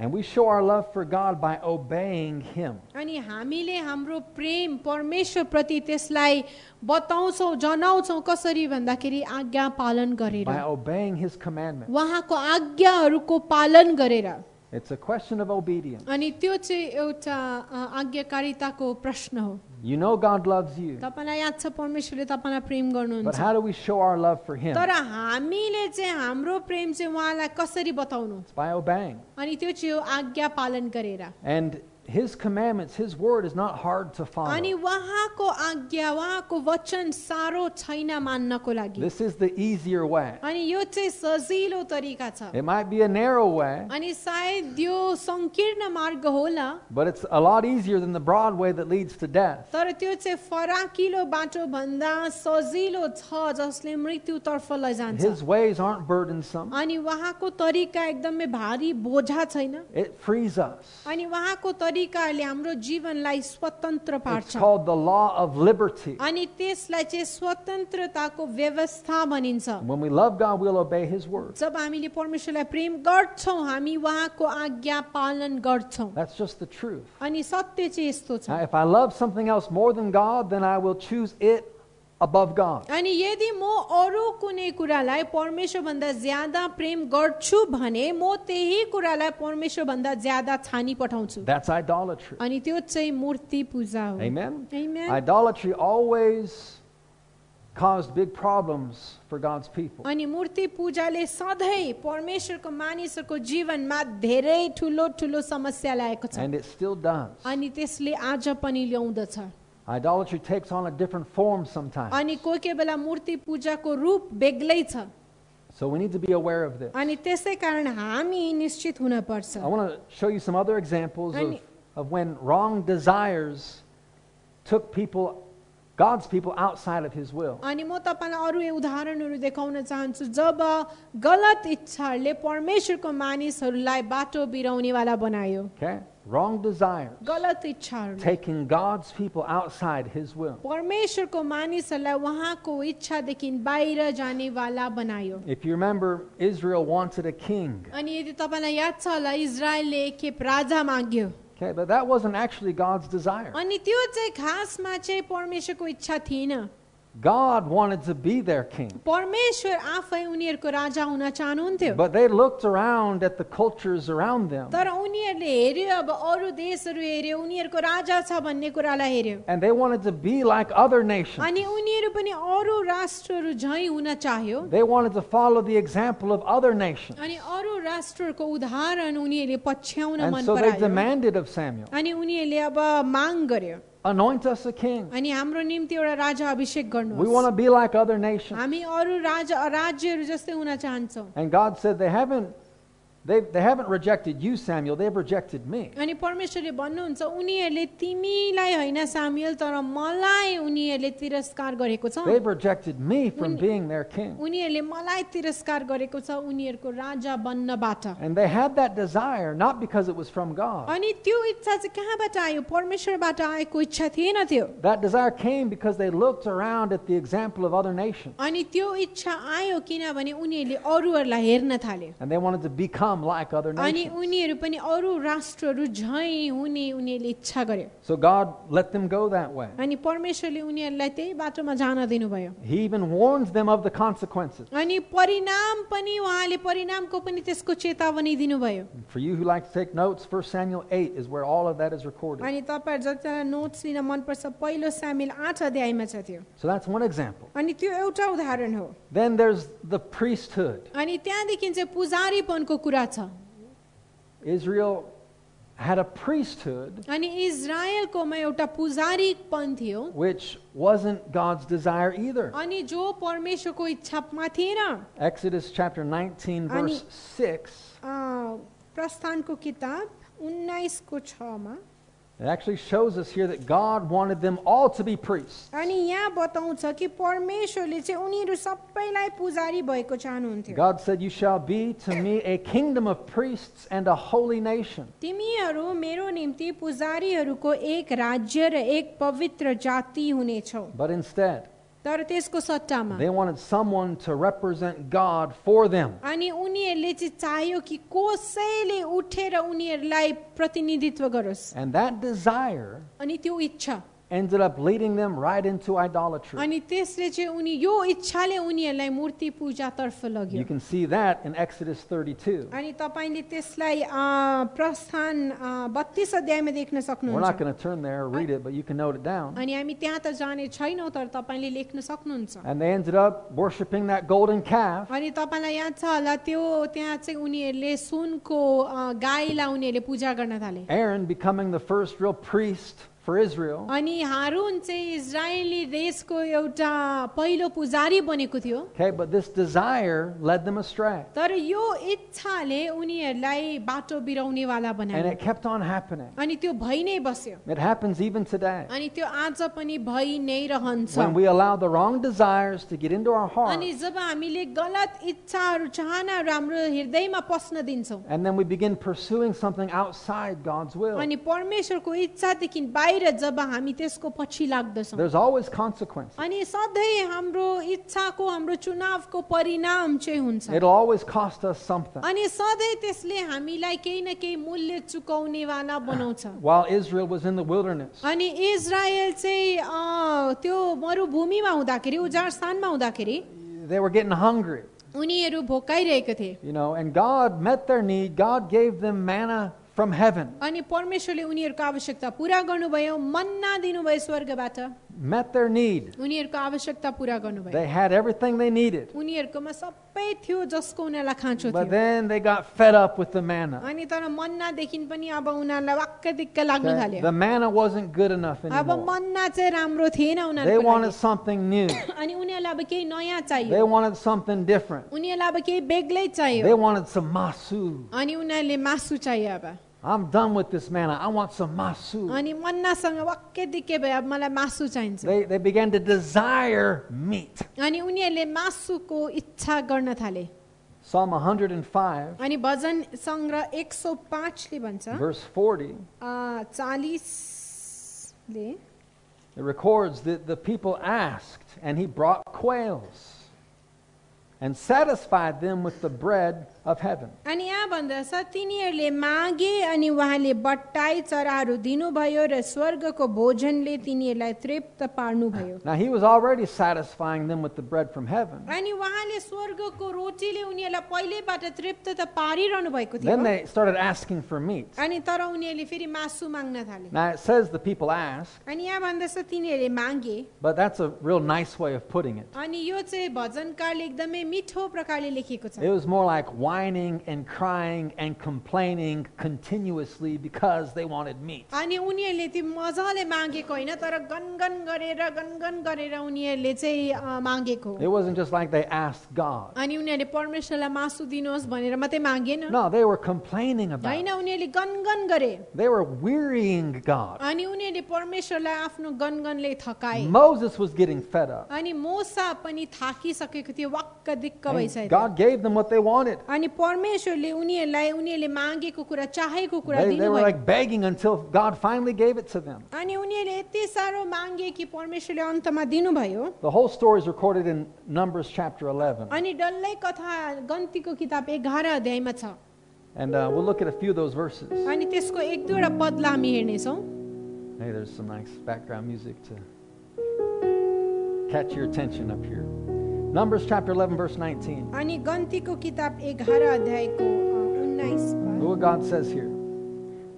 And we show our love for God by obeying Him. अनि हामीले हाम्रो प्रेम परमेश्वरप्रति त्यसलाई बताउँछौँ जनाउँछौँ कसरी भन्दाखेरि आज्ञा पालन गरेर By obeying His commandment. उहाँको आज्ञाहरूको पालन गरेर It's a question of obedience. अनि त्यो चाहिँ एउटा अ, आज्ञाकारिताको प्रश्न हो You know God loves you. तपाईँलाई याद छ परमेश्वरले तपाईँलाई प्रेम But गर्नुहुन्छ how do we show our love for Him? तर हामीले चाहिँ हाम्रो प्रेम चाहिँ उहाँलाई कसरी बताउनु It's by obeying. अनि त्यो चाहिँ हो आज्ञा पालन गरेर And His commandments, His Word is not hard to follow. अनि उहाँको आज्ञा उहाँको वचन साह्रो छैन मान्नको लागि This is the easier way. अनि यो चाहिँ सजिलो तरिका छ It might be a narrow way, अनि सायद यो सङ्कीर्ण मार्ग होला but it's a lot easier than the broad way that leads to death. तर त्यो चाहिँ फराकिलो बाटो भन्दा सजिलो छ जसले मृत्युतर्फ लैजान्छ His ways aren't burdensome. अनि उहाँको तरिका एकदमै भारी बोझा छैन It frees us. अनि उहाँको तरिकाले हाम्रो जीवनलाई स्वतन्त्र It's पार्छ called the law of liberty. अनि त्यसलाई चाहिँ स्वतन्त्रताको व्यवस्था भनिन्छ When we love God, we'll obey His word. जब हामीले परमेश्वरलाई प्रेम गर्छौँ हामी उहाँको आज्ञा पालन गर्छौँ That's just the truth. अनि सत्य चाहिँ यस्तो छ Now, if I love something else more than God, then I will choose it above God. अनि यदि म अरू कुनै कुरालाई परमेश्वरभन्दा ज्यादा प्रेम गर्छु भने म त्यही कुरालाई परमेश्वरभन्दा ज्यादा छानी पठाउँछु That's idolatry. अनि त्यो चाहिँ मूर्ति पूजा हो Amen? Amen. Idolatry always caused big problems for God's people. अनि मूर्ति पूजाले सधैँ परमेश्वरको मानिसहरूको जीवनमा धेरै ठुलो ठुलो समस्या ल्याएको छ And it still does. अनि त्यसले आज पनि ल्याउँदछ Idolatry takes on a different form sometimes. अनि कोही कोही बेला मूर्ति पूजाको रूप बेग्लै छ So we need to be aware of this. अनि त्यसै कारण हामी निश्चित हुन पर्छ I want to show you some other examples of, Ani- of when wrong desires took people, God's people, outside of His will. अनि म तपाईँलाई अरू उदाहरणहरू देखाउन चाहन्छु जब गलत इच्छाहरूले परमेश्वरको मानिसहरूलाई बाटो बिराउनेवाला बनायो Okay? Wrong desire गलत इच्छाहरू taking God's people outside His will. परमेश्वरको मानिसहरूलाई उहाँको इच्छादेखि बाहिर जानेवाला बनायो If you remember, Israel wanted a king. अनि यदि तपाईँलाई याद छ होला इजरायलले एकखेप राजा माग्यो Okay, but that wasn't actually God's desire. अनि त्यो चाहिँ खासमा चाहिँ परमेश्वरको इच्छा थिएन God wanted to be their king. परमेश्वर आफै उनीहरूको राजा हुन चाहनुहुन्थ्यो But they looked around at the cultures around them तर उनीहरूले हेऱ्यो अब अरू देशहरू हेऱ्यो उनीहरूको राजा छ भन्ने कुरालाई हेऱ्यो and they wanted to be like other अनि nations. उनीहरू पनि अरू राष्ट्रहरू झैँ हुन चाह्यो They wanted to follow the example of other nations. अनि अरू राष्ट्रहरूको उदाहरण उनीहरूले पछ्याउन And मन so they परायो demanded of Samuel, अनि उनीहरूले अब माग गर्यो anoint us a king. अनि हाम्रो निम्ति एउटा राजा अभिषेक We want गर्नु to be like other nations. हामी अरू राजा राज्यहरू जस्तै हुन चाहन्छौँ And God said, they haven't, they, they haven't rejected you, Samuel. They've rejected me. अनि परमेश्वरले भन्नुहुन्छ उनीहरूले तिमीलाई होइन सामियल तर मलाई उनीहरूले तिरस्कार गरेको छ They've rejected me from Uni- being their king. उनीहरूले मलाई तिरस्कार गरेको छ उनीहरूको राजा बन्नबाट And they had that desire not because it was from God. अनि त्यो इच्छा चाहिँ कहाँबाट आयो परमेश्वरबाट आएको इच्छा थिएन त्यो That desire came because they looked around at the example of other nations अनि त्यो इच्छा आयो किनभने उनीहरूले अरूहरूलाई हेर्न थाल्यो and they wanted to become like other अनि nations. उनीहरू पनि अरू राष्ट्रहरू झैँ हुने उनीहरूले इच्छा गर्यो So God let them go that way. अनि परमेश्वरले उनीहरूलाई त्यही बाटोमा जान दिनुभयो He even warns them of the consequences. अनि परिणाम पनि उहाँले परिणामको पनि त्यसको चेतावनी दिनुभयो And For you who like to take notes, 1 Samuel 8 is where all of that is recorded. अनि तपाईँहरू जतिलाई नोट्स लिन मनपर्छ पहिलो सामेल आठ अध्यायमा छ त्यो So that's one example. अनि त्यो एउटा उदाहरण हो Then there's the priesthood. अनि त्यहाँदेखि चाहिँ पुजारीपनको कुरा छ Israel had a priesthood अनि इजरायलकोमा एउटा पुजारी पन थियो which wasn't God's desire either. अनि जो परमेश्वरको इच्छामा थिएन Exodus chapter 19, verse 6, अ, प्रस्थानको किताब उन्नाइसको छमा it actually shows us here that God wanted them all to be priests. अनि यहाँ बताउँछ कि परमेश्वरले चाहिँ उनीहरू सबैलाई पुजारी भएको चाहनुहुन्थ्यो God said, You shall be to me a kingdom of priests and a holy nation. तिमीहरू मेरो निम्ति पुजारीहरूको एक राज्य र एक पवित्र जाति हुनेछौ But instead, तर त्यसको सट्टामा they wanted someone to represent God for them. अनि उनीहरूले चाहिँ चाह्यो कि कसैले उठेर उनीहरूलाई प्रतिनिधित्व गरोस् And that desire अनि त्यो इच्छा ended up leading them right into idolatry. अनि त्यसले चाहिँ उनी यो इच्छाले उनीहरूलाई मूर्ति पूजातर्फ You लग्यो can see that in Exodus 32. अनि तपाईँले त्यसलाई अ, प्रस्थान बत्तिस अध्यायमा देख्न We're not सक्नुहुन्छ going to turn there or read it, but you can note it down. अनि हामी त्यहाँ त जाने छैनौँ तर तपाईँले लेख्न सक्नुहुन्छ And they ended up worshiping that golden calf. अनि तपाईँलाई याद छ होला त्यो त्यहाँ चाहिँ उनीहरूले सुनको अ, गाईलाई उनीहरूले पूजा गर्न थाले Aaron becoming the first real priest for Israel. अनि हारुन चाहिँ इजरायली देशको एउटा पहिलो पुजारी बनेको थियो Okay, but this desire led them astray. तर यो इच्छाले उनीहरूलाई बाटो बिराउनेवाला And बनायो it kept on happening. अनि त्यो भइ नै बस्यो It happens even today. अनि त्यो आज पनि भइ नै रहन्छ When we allow the wrong desires to get into our heart, अनि जब हामीले गलत इच्छाहरू चाहनाहरू हाम्रो हृदयमा पस्न दिन्छौँ and then we begin pursuing something outside God's will, अनि परमेश्वरको इच्छादेखि बाहिर जब हामी त्यसको पछि लाग्दछौँ there's always consequences. अनि सधैँ हाम्रो इच्छाको हाम्रो चुनावको परिणाम चाहिँ हुन्छ It'll always cost us something. अनि सधैँ त्यसले हामीलाई केही न केही मूल्य चुकाउनेवाला बनाउँछ While Israel was in the wilderness, अनि इजरायल चाहिँ अँ, त्यो मरुभूमिमा हुँदाखेरि उजाड स्थानमा हुँदाखेरि they were getting hungry, उनीहरू भोकाइरहेको थिए you know, and God met their need. God gave them manna from heaven, अनि परमेश्वरले उनीहरूको आवश्यकता पुरा गर्नुभयो मन्ना दिनुभयो स्वर्गबाट met their need. उनीहरूको आवश्यकता पुरा गर्नुभयो They had everything they needed. उनीहरूकोमा सबै थियो जसको उनीहरूलाई खाँचो But थियो then they got fed up with the manna. अनि तर मन्नादेखि पनि अब उनीहरूलाई वाक्क दिक्क लाग्न Okay? थाल्यो The manna wasn't good enough अब anymore. मन्ना चाहिँ राम्रो They थिएन उनीहरूको लागि। wanted something new. अनि उनीहरूलाई अब केही नयाँ चाहियो They wanted something different. उनीहरूलाई अब केही They बेग्लै चाहियो wanted some masu. अनि उनीहरूले मासु चाहियो अब I'm done with this manna. I want some masu. अनि मन्नासँग वाक्कै दिक्कै भयो अब मलाई मासु चाहिन्छ They, they began to desire meat. अनि उनीहरूले मासुको इच्छा गर्न थाले Psalm 105, अनि भजन सङ्ग्रह एक सौ पाँचले भन्छ verse 40, चालिसले it records that the people asked, and he brought quails and satisfied them with the bread of heaven. अनि यहाँ भन्दछ तिनीहरूले मागे अनि उहाँले बट्टाई चराहरू दिनुभयो र स्वर्गको भोजनले तिनीहरूलाई तृप्त पार्नुभयो Now, he was already satisfying them with the bread from heaven. अनि उहाँले स्वर्गको रोटीले उनीहरूलाई पहिल्यैबाट तृप्त त पारिरहनु भएको थियो Then they started asking for meat. अनि तर उनीहरूले फेरि मासु माग्न थाले Now, it says the people asked, अनि यहाँ भन्दैछ तिनीहरूले मागे but that's a real nice way of putting it. अनि यो चाहिँ भजनकारले एकदमै मिठो प्रकारले लेखेको It छ was more like whining and crying and complaining continuously because they wanted meat. अनि उनीहरूले त्यो मजाले मागेको होइन तर गनगन गरेर गनगन गरेर उनीहरूले चाहिँ अँ, मागेको It wasn't just like they asked God. अनि उनीहरूले परमेश्वरलाई मासु दिनुहोस् भनेर मात्रै मागेन No, they were complaining about होइन it. उनीहरूले गनगन गरे They were wearying God. अनि उनीहरूले परमेश्वरलाई आफ्नो गनगनले थकाए Moses was getting fed up. अनि मोसा पनि थाकिसकेको थियो वाक्क दिक्क And Oh, भइसकेको God gave them what they wanted. अनि परमेश्वरले उनीहरूलाई उनीहरूले मागेको कुरा चाहेको कुरा They, they were दिनुभयो like begging until God finally gave it to them. अनि उनीहरूले यति साह्रो मागे कि परमेश्वरले अन्तमा दिनुभयो The whole story is recorded in Numbers chapter 11. अनि डल्लै कथा गन्तीको किताब एघार अध्यायमा छ And uh, we'll look at a few of those verses. अनि त्यसको एक दुईवटा पदलाई हामी हेर्नेछौँ Hey, there's some nice background music to catch your attention up here. Numbers chapter 11, verse 19. अनि गन्तीको किताब एघार अध्यायको उन्नाइस Look what God says here.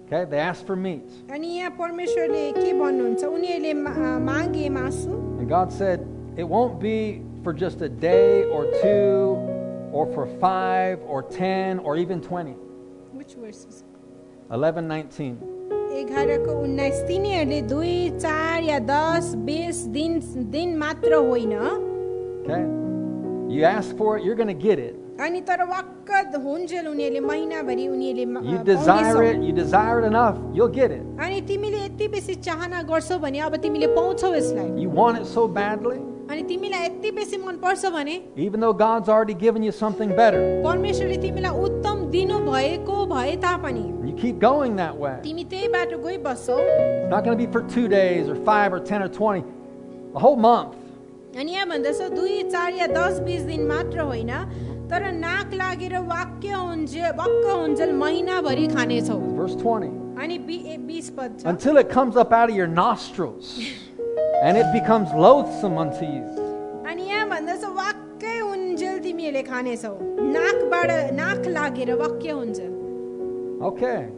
Okay, they asked for meat. अनि यहाँ परमेश्वरले के भन्नुहुन्छ उनीहरूले मा- अ, मागे मासु And God said, It won't be for just a day or two, or for five or ten, or even twenty. Which verse is it? 11 19. एघारको उन्नाइस तिनीहरूले दुई चार या दस बिस दिन दिन मात्र होइन Okay? You ask for it, you're going to get it. अनि तर वाक्क हुन्जेल उनीहरूले महिनाभरि उनीहरूले म- You a, desire पाउनेछौ। it, you desire it enough, you'll get it. अनि तिमीले यति बेसी चाहना गर्छौ भने अब तिमीले पाउँछौ यसलाई You want it so badly, अनि तिमीलाई यति बेसी मनपर्छ भने even though God's already given you something better. परमेश्वरले तिमीलाई उत्तम दिनु भएको भए तापनि You keep going that way. तिमी त्यही बाटो गई बस्छौ It's not going to be for two days or five or 10 or 20, a whole month. अनि यहाँ भन्दछ दुई चार या दस बिस दिन मात्र होइन तर नाक लागेर वाक्य हुन्छ वक्क हुन्छ महिनाभरि खानेछौ Verse 20. अनि बि- ए- बिस पद छ Until it comes up out of your nostrils and it becomes loathsome unto you. अनि यहाँ भन्दछ वाक्कै उन्जेल तिमीहरूले खानेछौ नाकबाट नाक लागेर वाक्य हुन्छ Okay.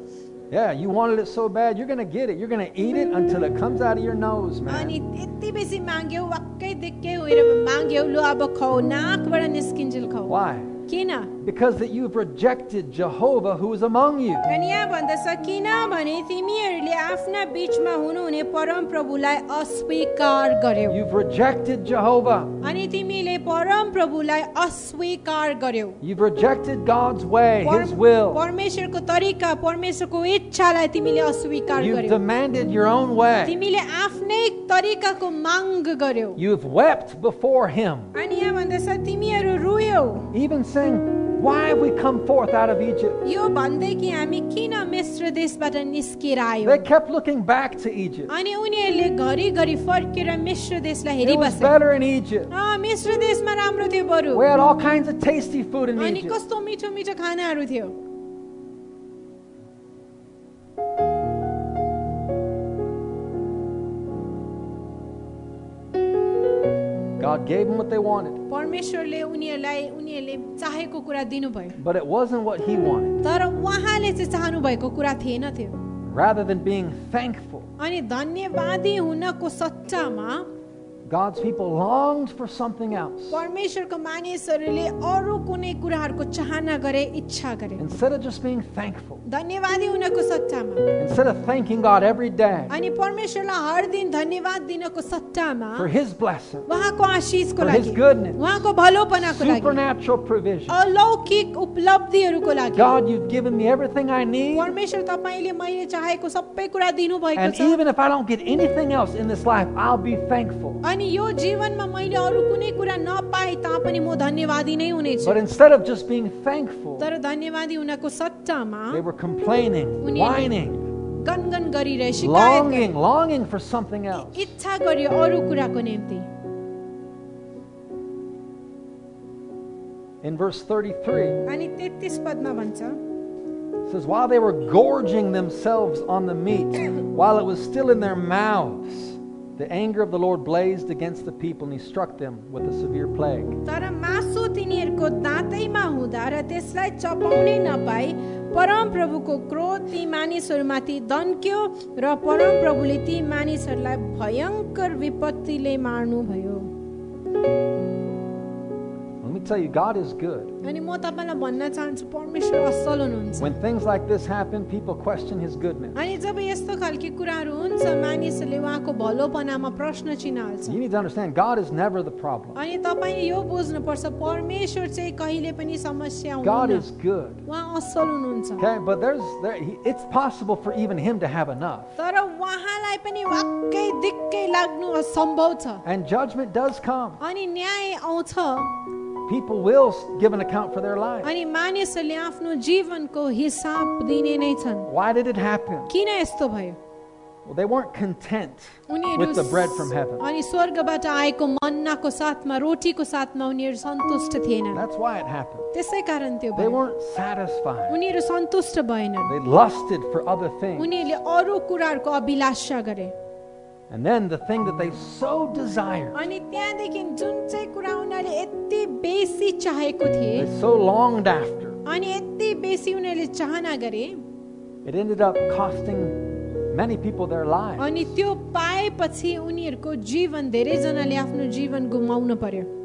Yeah, you wanted it so bad, you're going to get it. You're going to eat it until it comes out of your nose, अनि man. यति बेसी माग्यौ वाक्कै दिक्कै उएर माग्यौ लु अब खाऊ नाकबाट निस्किन्जेल खाऊ Why? किन Because that you've rejected Jehovah who is among you. अनि यहाँ भन्दछ किनभने तिमीहरूले आफ्ना बिचमा हुनुहुने परम प्रभुलाई अस्वीकार गर्यौ You've rejected Jehovah. अनि तिमीले परम प्रभुलाई अस्वीकार गर्यौ You've rejected God's way, His परम- will. परमेश्वरको तरिका परमेश्वरको इच्छालाई तिमीले अस्वीकार You've गर्यौ demanded your own way. तिमीले आफ्नै तरिकाको माग गर्यौ You've wept before Him, अनि यहाँ भन्दछ तिमीहरू रोयौ even saying, Why have we come forth out of Egypt? यो भन्दै कि हामी किन मिश्र देशबाट निस्किएर They आयौँ kept looking back to Egypt. अनि उनीहरूले घरिघरि फर्केर मिश्र देशलाई It was हेरिबस्छ better in Egypt. अँ, मिश्र देशमा राम्रो थियो बरु We had all kinds of tasty food in अनि Egypt. कस्तो मिठो मिठो खानाहरू थियो God gave them what they wanted, परमेश्वरले उनीहरूलाई उनीहरूले चाहेको कुरा दिनुभयो but it wasn't what He wanted. तर उहाँले चाहिँ चाहनु भएको कुरा थिएन थियो Rather than being thankful, अनि धन्यवादी हुनको सट्टामा God's people longed for something else. परमेश्वरको मानिसहरूले अरू कुनै कुराहरूको चाहना गरे इच्छा गरे Instead of just being thankful, धन्यवादी हुनको सट्टामा instead of thanking God every day अनि परमेश्वरलाई हर दिन धन्यवाद दिनको सट्टामा for His blessing, उहाँको आशिषको For His लागि goodness. उहाँको भलोपनाको लागि supernatural provision. Oh, अलौकिक उपलब्धिहरूको लागि God, you've given me everything I need. परमेश्वर तपाईँले मैले चाहेको सबै कुरा दिनुभएको And छ even if I don't get anything else in this life, I'll be thankful. अनि यो जीवनमा मैले अरू कुनै कुरा नपाए तापनि म धन्यवादी नै हुनेछु But instead of just being thankful, तर धन्यवादी हुनको सट्टामा they were complaining, Unielim- whining, गनगन गरिरहे शिकायत गरे। longing, longing for something else. इच्छा गर्यो अरू कुराको निम्ति In verse 33, it अनि तेत्तिस पदमा भन्छ says, While they were gorging themselves on the meat, while it was still in their mouths, the anger of the Lord blazed against the people, and he struck them with a severe plague. तर मासु तिनीहरूको दाँतैमा हुँदा र त्यसलाई चपाउनै नपाई परम प्रभुको क्रोध ती मानिसहरूमाथि दन्क्यो र परम प्रभुले ती मानिसहरूलाई भयङ्कर विपत्तिले मार्नुभयो Let me tell you, God is good. अनि म तपाईँलाई भन्न चाहन्छु परमेश्वर असल हुनुहुन्छ When things like this happen, people question his goodness. अनि जब यस्तो खालके कुराहरू हुन्छ मानिसहरूले उहाँको भलोपनामा प्रश्न चिन्ह हाल्छ You need to understand, God is never the problem. अनि तपाईँले यो बुझ्नुपर्छ परमेश्वर चाहिँ कहिले पनि समस्या God हुनुहुन्न is good. उहाँ असल हुनुहुन्छ Okay, but there's there, he, it's possible for even him to have enough. तर उहाँलाई पनि वाक्कै दिक्कै लाग्नु असम्भव छ And judgment does come. अनि न्याय आउँछ People will s- give an account for their life. अनि मानिसहरूले आफ्नो जीवनको हिसाब दिने नै छन् Why did it happen? किन यस्तो भयो Well, they weren't content with the bread from उनीहरू heaven. अनि स्वर्गबाट आएको मन्नाको साथमा रोटीको साथमा उनीहरू सन्तुष्ट थिएनन् That's why it happened. त्यसै कारण त्यो They भयो weren't satisfied. उनीहरू सन्तुष्ट भएनन् They lusted for other things. उनीहरूले अरू कुराहरूको अभिलाषा गरे And then the thing that they so desired, अनि त्यहाँदेखि जुन चाहिँ कुरा उनीहरूले यति बेसी चाहेको थिए they so longed after, अनि यति बेसी उनीहरूले चाहना गरे it ended up costing many people their lives. अनि त्यो पाएपछि उनीहरूको जीवन धेरैजनाले आफ्नो जीवन गुमाउनु पर्यो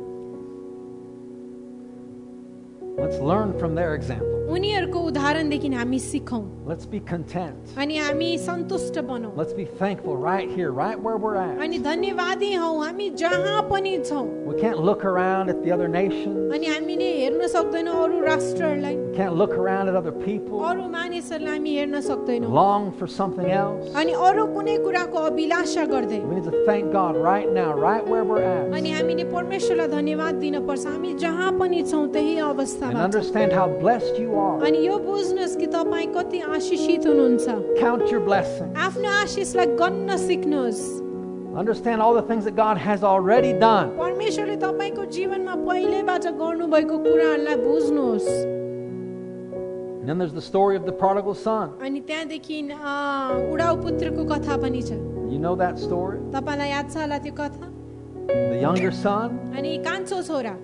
Let's learn from their example. उनीहरूको उदाहरणदेखि हामी सिकौँ Let's be content. अनि हामी सन्तुष्ट बनौँ Let's be thankful right here, right where we're at. अनि धन्यवादी हौ हामी जहाँ पनि छौँ We can't look around at the other nations. अनि हामीले हेर्न सक्दैनौँ अरू राष्ट्रहरूलाई We can't look around at other people. अरू मानिसहरूलाई हामी हेर्न सक्दैनौँ Long for something else. अनि अरू कुनै कुराको अभिलाषा गर्दै We need to thank God right now, right where we're at. अनि हामीले परमेश्वरलाई धन्यवाद दिनुपर्छ हामी जहाँ पनि छौँ त्यही And अवस्थामा छौँ। understand how blessed you are. अनि यो बुझ्नुहोस् कि तपाईँ कति आशिषित हुनुहुन्छ Count your blessings. आफ्नो आशिषलाई गन्न सिक्नुहोस् Understand all the things that God has already done. परमेश्वरले तपाईँको जीवनमा पहिल्यैबाट गर्नुभएको कुराहरूलाई बुझ्नुहोस् And then there's the story of the prodigal son. अनि त्यहाँदेखि अ, उडाउ पुत्रको कथा पनि छ You know that story? तपाईँलाई याद छ होला त्यो कथा The younger son, अनि कान्छो छोरा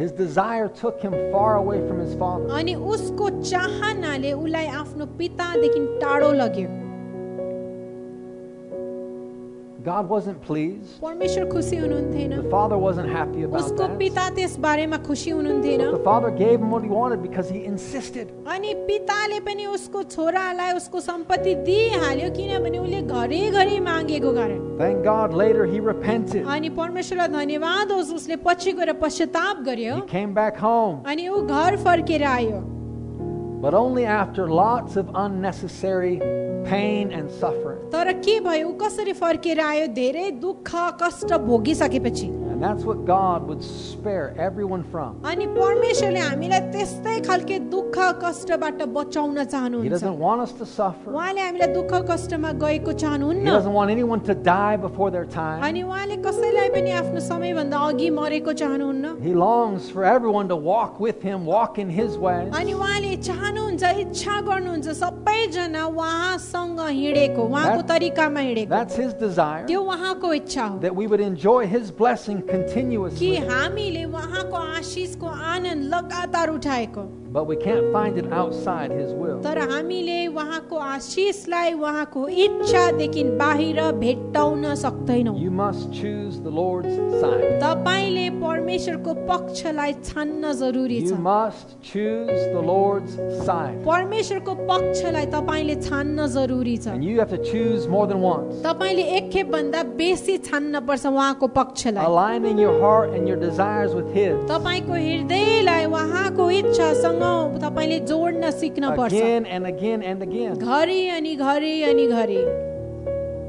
his desire took him far away from his father. अनि उसको चाहनाले उसलाई आफ्नो पितादेखि टाढो लग्यो God wasn't pleased. परमेश्वर खुसी हुनुहुन्थेन The father wasn't happy about उसको that. पिता त्यस बारेमा खुसी हुनुहुन्थेन The father gave him what he wanted because he insisted. अनि पिताले पनि उसको छोरालाई उसको सम्पत्ति दिइहाल्यो किनभने उसले घरिघरि मागेको कारण Thank God later he repented. अनि परमेश्वरलाई धन्यवाद होस् उसले पछि गएर पश्चाताप गर्यो He came back home, अनि ऊ घर फर्केर आयो but only after lots of unnecessary pain and suffering. तर के भयो ऊ कसरी फर्केर आयो धेरै दुःख कष्ट भोगिसकेपछि And that's what God would spare everyone from. अनि परमेश्वरले हामीलाई त्यस्तै खालके दुःख कष्टबाट बचाउन He चाहनुहुन्छ doesn't want us to suffer. उहाँले हामीलाई दुःख कष्टमा गएको He चाहनुहुन्न doesn't want anyone to die before their time. अनि उहाँले कसैलाई पनि आफ्नो समयभन्दा अघि मरेको चाहनुहुन्न He longs for everyone to walk with him, walk in his way. अनि उहाँले चाहनुहुन्छ इच्छा गर्नुहुन्छ सबैजना उहाँसँग हिँडेको उहाँको That- तरिकामा हिँडेको That's his desire त्यो उहाँको इच्छा हो that we would enjoy his blessing कि continuously, हामीले उहाँको आशिषको आनन्द लगातार उठाएको but we can't find it outside his will. तर हामीले उहाँको आशिषलाई उहाँको इच्छादेखि बाहिर भेट्टाउन सक्दैनौँ You must choose the Lord's side. तपाईँले परमेश्वरको पक्षलाई छान्न जरुरी You छ must choose the Lord's side. परमेश्वरको पक्षलाई तपाईँले छान्न जरुरी छ And you have to choose more than once. तपाईँले एक खेप भन्दा बेसी छान्न पर्छ उहाँको पक्षलाई Aligning your heart and your desires with his तपाईँको हृदयलाई उहाँको इच्छासँग तपाईँले जोड्न सिक्न पर्छ again and again and again. घरि अनि घरि अनि घरि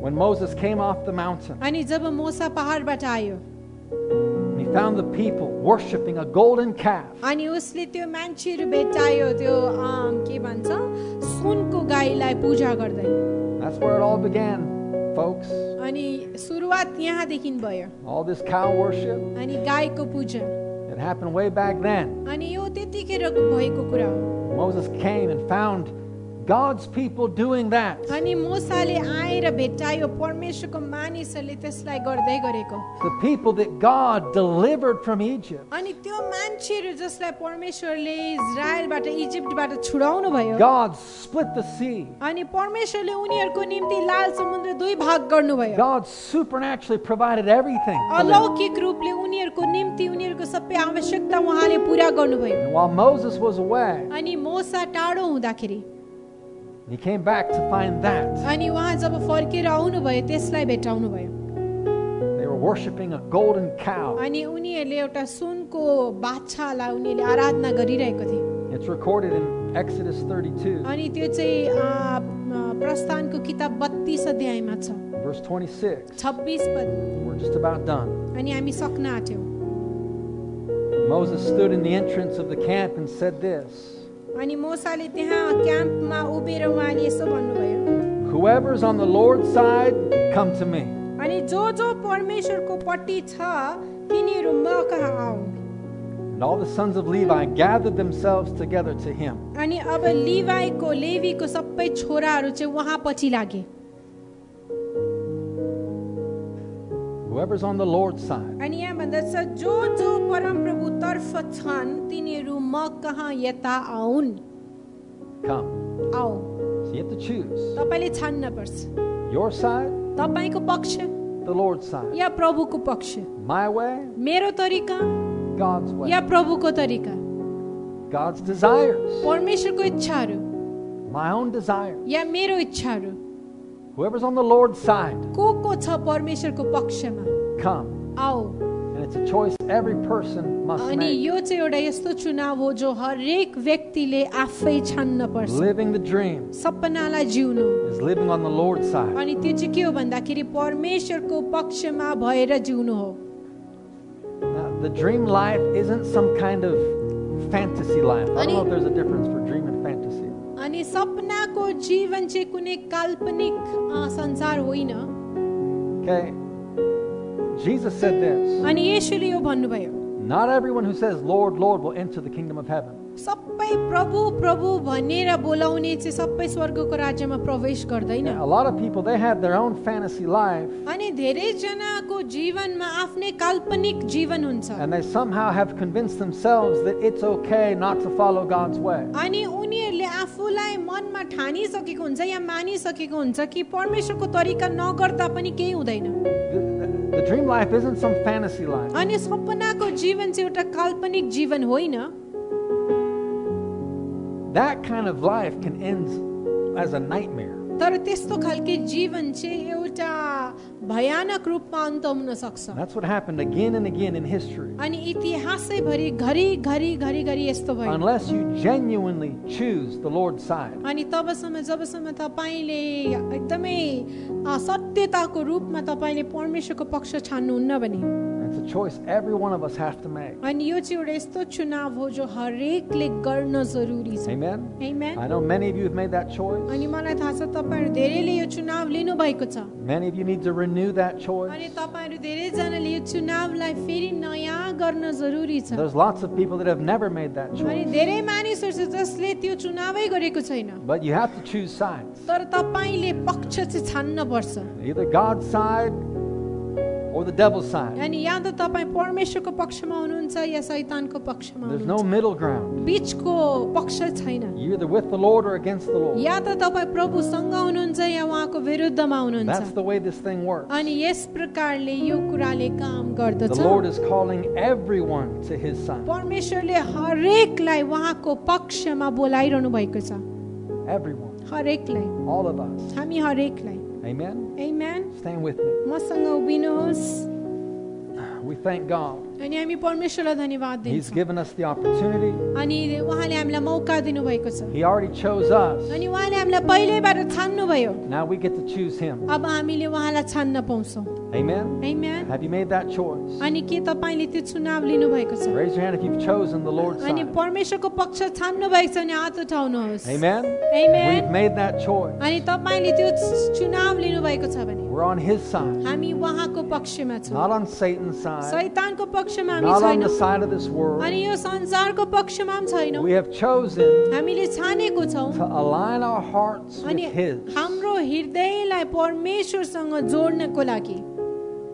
When Moses came off the mountain, अनि जब मोसा पहाडबाट आयो and he found the people worshiping a golden calf. अनि उसले त्यो मान्छेहरू भेटायो त्यो अम, के भन्छ सुनको गाईलाई पूजा गर्दै That's where it all began, folks. अनि सुरुवात यहाँदेखि भयो All this cow worship. अनि गाईको पूजा It happened way back then. अनि यो त्यतिखेर भएको कुरा हो Moses came and found God's people doing that. अनि मोसाले आएर भेट्टायो परमेश्वरको मानिसहरूले त्यसलाई गर्दै गरेको The people that God delivered from Egypt. अनि त्यो मान्छेहरू जसलाई परमेश्वरले इजरायलबाट इजिप्टबाट छुडाउनु भयो God split the sea. अनि परमेश्वरले उनीहरूको निम्ति लाल समुद्र दुई भाग गर्नुभयो God supernaturally provided everything. for them. अलौकिक रूपले उनीहरूको निम्ति उनीहरूको सबै आवश्यकता उहाँले पुरा गर्नुभयो And while Moses was away, अनि मोसा टाढो हुँदाखेरि he came back to find that. अनि उहाँ जब फर्केर आउनुभयो त्यसलाई भेटाउनु भयो They were worshiping a golden cow. अनि उनीहरूले एउटा सुनको बाछालाई उनीहरूले आराधना गरिरहेको थिए It's recorded in Exodus 32, अनि त्यो चाहिँ अ, अ, प्रस्थानको किताब बत्तिस अध्यायमा छ verse 26. छब्बिस पद We're just about done. अनि हामी सक्न आँट्यौँ Moses stood in the entrance of the camp and said this अनि मोसाले त्यहाँ क्याम्पमा उभिएर उहाँले यसो भन्नुभयो Whoever's on the Lord's side, come to me. अनि जो जो परमेश्वरको पट्टि छ तिनीहरू म कहाँ आऊ And all the sons of Levi gathered themselves together to him. अनि अब लिवाईको लेवीको सबै छोराहरू चाहिँ उहाँ पछि लागे Whoever's on the Lord's side, अनि यहाँ भन्दछ जो जो परमप्रभुतर्फ छन् तिनीहरू म कहाँ यता आउन् come. आऊ So you have to choose तपाईँले छान्न पर्छ your side, तपाईँको पक्ष the Lord's side. या प्रभुको पक्ष My way, मेरो तरिका God's way. या प्रभुको तरिका God's desires, परमेश्वरको इच्छाहरू my own desires. या मेरो इच्छाहरू Whoever's on the Lord's side, को को छ परमेश्वरको पक्षमा come. आओ And it's a choice every person must अनि make. यो चाहिँ एउटा यस्तो चुनाव हो जो हरेक व्यक्तिले आफै छान्न पर्छ Living the dream सपनालाई जिउनु is living on the Lord's side. अनि त्यो चाहिँ के हो भन्दाखेरि परमेश्वरको पक्षमा भएर जिउनु हो Now, the dream life isn't some kind of fantasy life. I don't know if there's a difference for dream and fantasy. अनि सपनाको जीवन चाहिँ कुनै काल्पनिक अ, संसार होइन Okay? Jesus said this अनि यसुले यो भन्नुभयो Not everyone who says, Lord, Lord, will enter the kingdom of heaven. सबै प्रभु प्रभु भनेर बोलाउने चाहिँ सबै स्वर्गको राज्यमा प्रवेश गर्दैन Yeah, a lot of people, they have their own fantasy life अनि धेरैजनाको जीवनमा आफ्नै काल्पनिक जीवन हुन्छ and they somehow have convinced themselves that it's okay not to follow God's way. अनि उनीहरूले आफूलाई मनमा ठानिसकेको हुन्छ या मानिसकेको हुन्छ कि परमेश्वरको तरिका नगर्दा पनि केही हुँदैन The, the dream life isn't some fantasy life. अनि सपनाको जीवन चाहिँ एउटा काल्पनिक जीवन होइन That kind of life can end as a nightmare. तर त्यस्तो खालके जीवन चाहिँ एउटा भयानक रूपमा अन्त हुन सक्छ And that's what happened again and again in history. अनि इतिहासैभरि घरि घरि घरि घरि यस्तो भयो Unless you genuinely choose the Lord's side. अनि तबसम्म जबसम्म तपाईँले एकदमै अ, सत्यताको रूपमा तपाईँले परमेश्वरको पक्ष छान्नुहुन्न भने And it's a choice every one of us have to make. अनि यो चाहिँ एउटा यस्तो चुनाव हो जो हरेकले गर्न जरुरी छ Amen? Amen. I know many of you have made that अनि choice. मलाई थाहा छ तपाईँहरू धेरैले यो चुनाव लिनुभएको छ Many of you need to renew that अनि choice. तपाईँहरू धेरैजनाले यो चुनावलाई फेरि नयाँ गर्न जरुरी छ There's lots of people that have never made that अनि choice. धेरै मानिसहरू छ जसले त्यो चुनावै गरेको छैन But you have to choose sides. तर तपाईँले पक्ष चाहिँ छान्न पर्छ Either God's side or the devil's side. अनि या त तपाईँ परमेश्वरको पक्षमा हुनुहुन्छ या शैतानको पक्षमा There's no हुनुहुन्छ middle ground. बिचको पक्ष छैन You're either with the Lord or against the Lord. या त तपाईँ प्रभुसँग हुनुहुन्छ या उहाँको विरुद्धमा हुनुहुन्छ That's the way this thing works. अनि यस प्रकारले यो कुराले काम The गर्दछ Lord is calling everyone to his side. परमेश्वरले हरेकलाई उहाँको पक्षमा बोलाइरहनु भएको छ Everyone. हरेकलाई All of us. हामी हरेकलाई Amen? ए म्यान Stand with me. मसँग उभिनुहोस् We thank God. अनि हामी परमेश्वरलाई धन्यवाद He's दिन्छौँ given us the opportunity. अनि उहाँले हामीलाई मौका दिनुभएको छ He already chose us. अनि उहाँले हामीलाई पहिल्यैबाट छान्नुभयो Now we get to choose him. अब हामीले उहाँलाई छान्न पाउँछौँ Amen? ए म्यान Have you made that choice? अनि के तपाईँले त्यो चुनाव लिनुभएको छ Raise your hand if you've chosen the Lord's अनि side. परमेश्वरको पक्ष छान्नु भएको छ भने हात उठाउनुहोस् Amen? Amen. We've made that choice. अनि तपाईँले त्यो चुनाव लिनुभएको छ भने We're on his side. हामी उहाँको पक्षमा छौँ Not on Satan's side. शैतानको पक्षमा हामी Not on the छैनौँ side of this world. अनि यो संसारको पक्षमा पनि छैनौँ We have chosen हामीले छानेको छौँ to align our hearts अनि with His, हाम्रो हृदयलाई परमेश्वरसँग जोड्नको लागि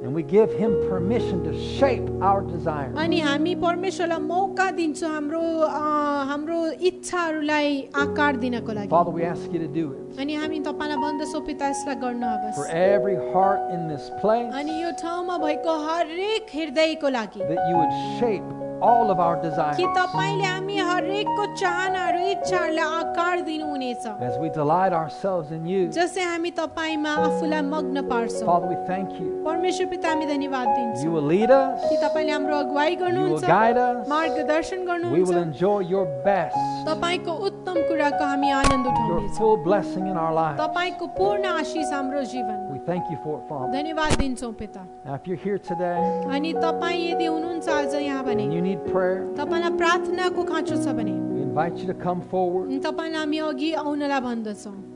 and we give Him permission to shape our desires. अनि हामी परमेश्वरलाई मौका दिन्छौँ हाम्रो अ, हाम्रो इच्छाहरूलाई आकार दिनको लागि Father, we ask you to do it अनि हामी तपाईँलाई भन्दछौँ पिता यसलाई गर्न for आवश्यक every heart in this place अनि यो ठाउँमा भएको हरेक हृदयको लागि that you would shape all of our desires कि तपाईँले हामी हरेकको चाहनाहरू इच्छाहरूलाई आकार दिनुहुनेछ as we delight ourselves in you. जसै हामी तपाईँमा आफूलाई मग्न पार्छौँ Father, we thank you. परमेश्वर पिता हामी धन्यवाद You दिन्छौँ will lead us. कि तपाईँले हाम्रो अगुवाई You गर्नुहुन्छ will guide us. मार्गदर्शन We will गर्नुहुन्छ enjoy your best, तपाईँको उत्तम कुराको हामी आनन्द your उठाउनेछौँ full blessing in our lives. तपाईँको पूर्ण आशिष हाम्रो जीवन We thank you for it, Father. धन्यवाद दिन्छौँ पिता Now, if you're here today अनि तपाईँ यदि हुनुहुन्छ आज यहाँ भने and you need prayer, तपाईँलाई प्रार्थनाको खाँचो छ भने we invite you to come forward. तपाईँलाई हामी अघि आउनलाई भन्दछौँ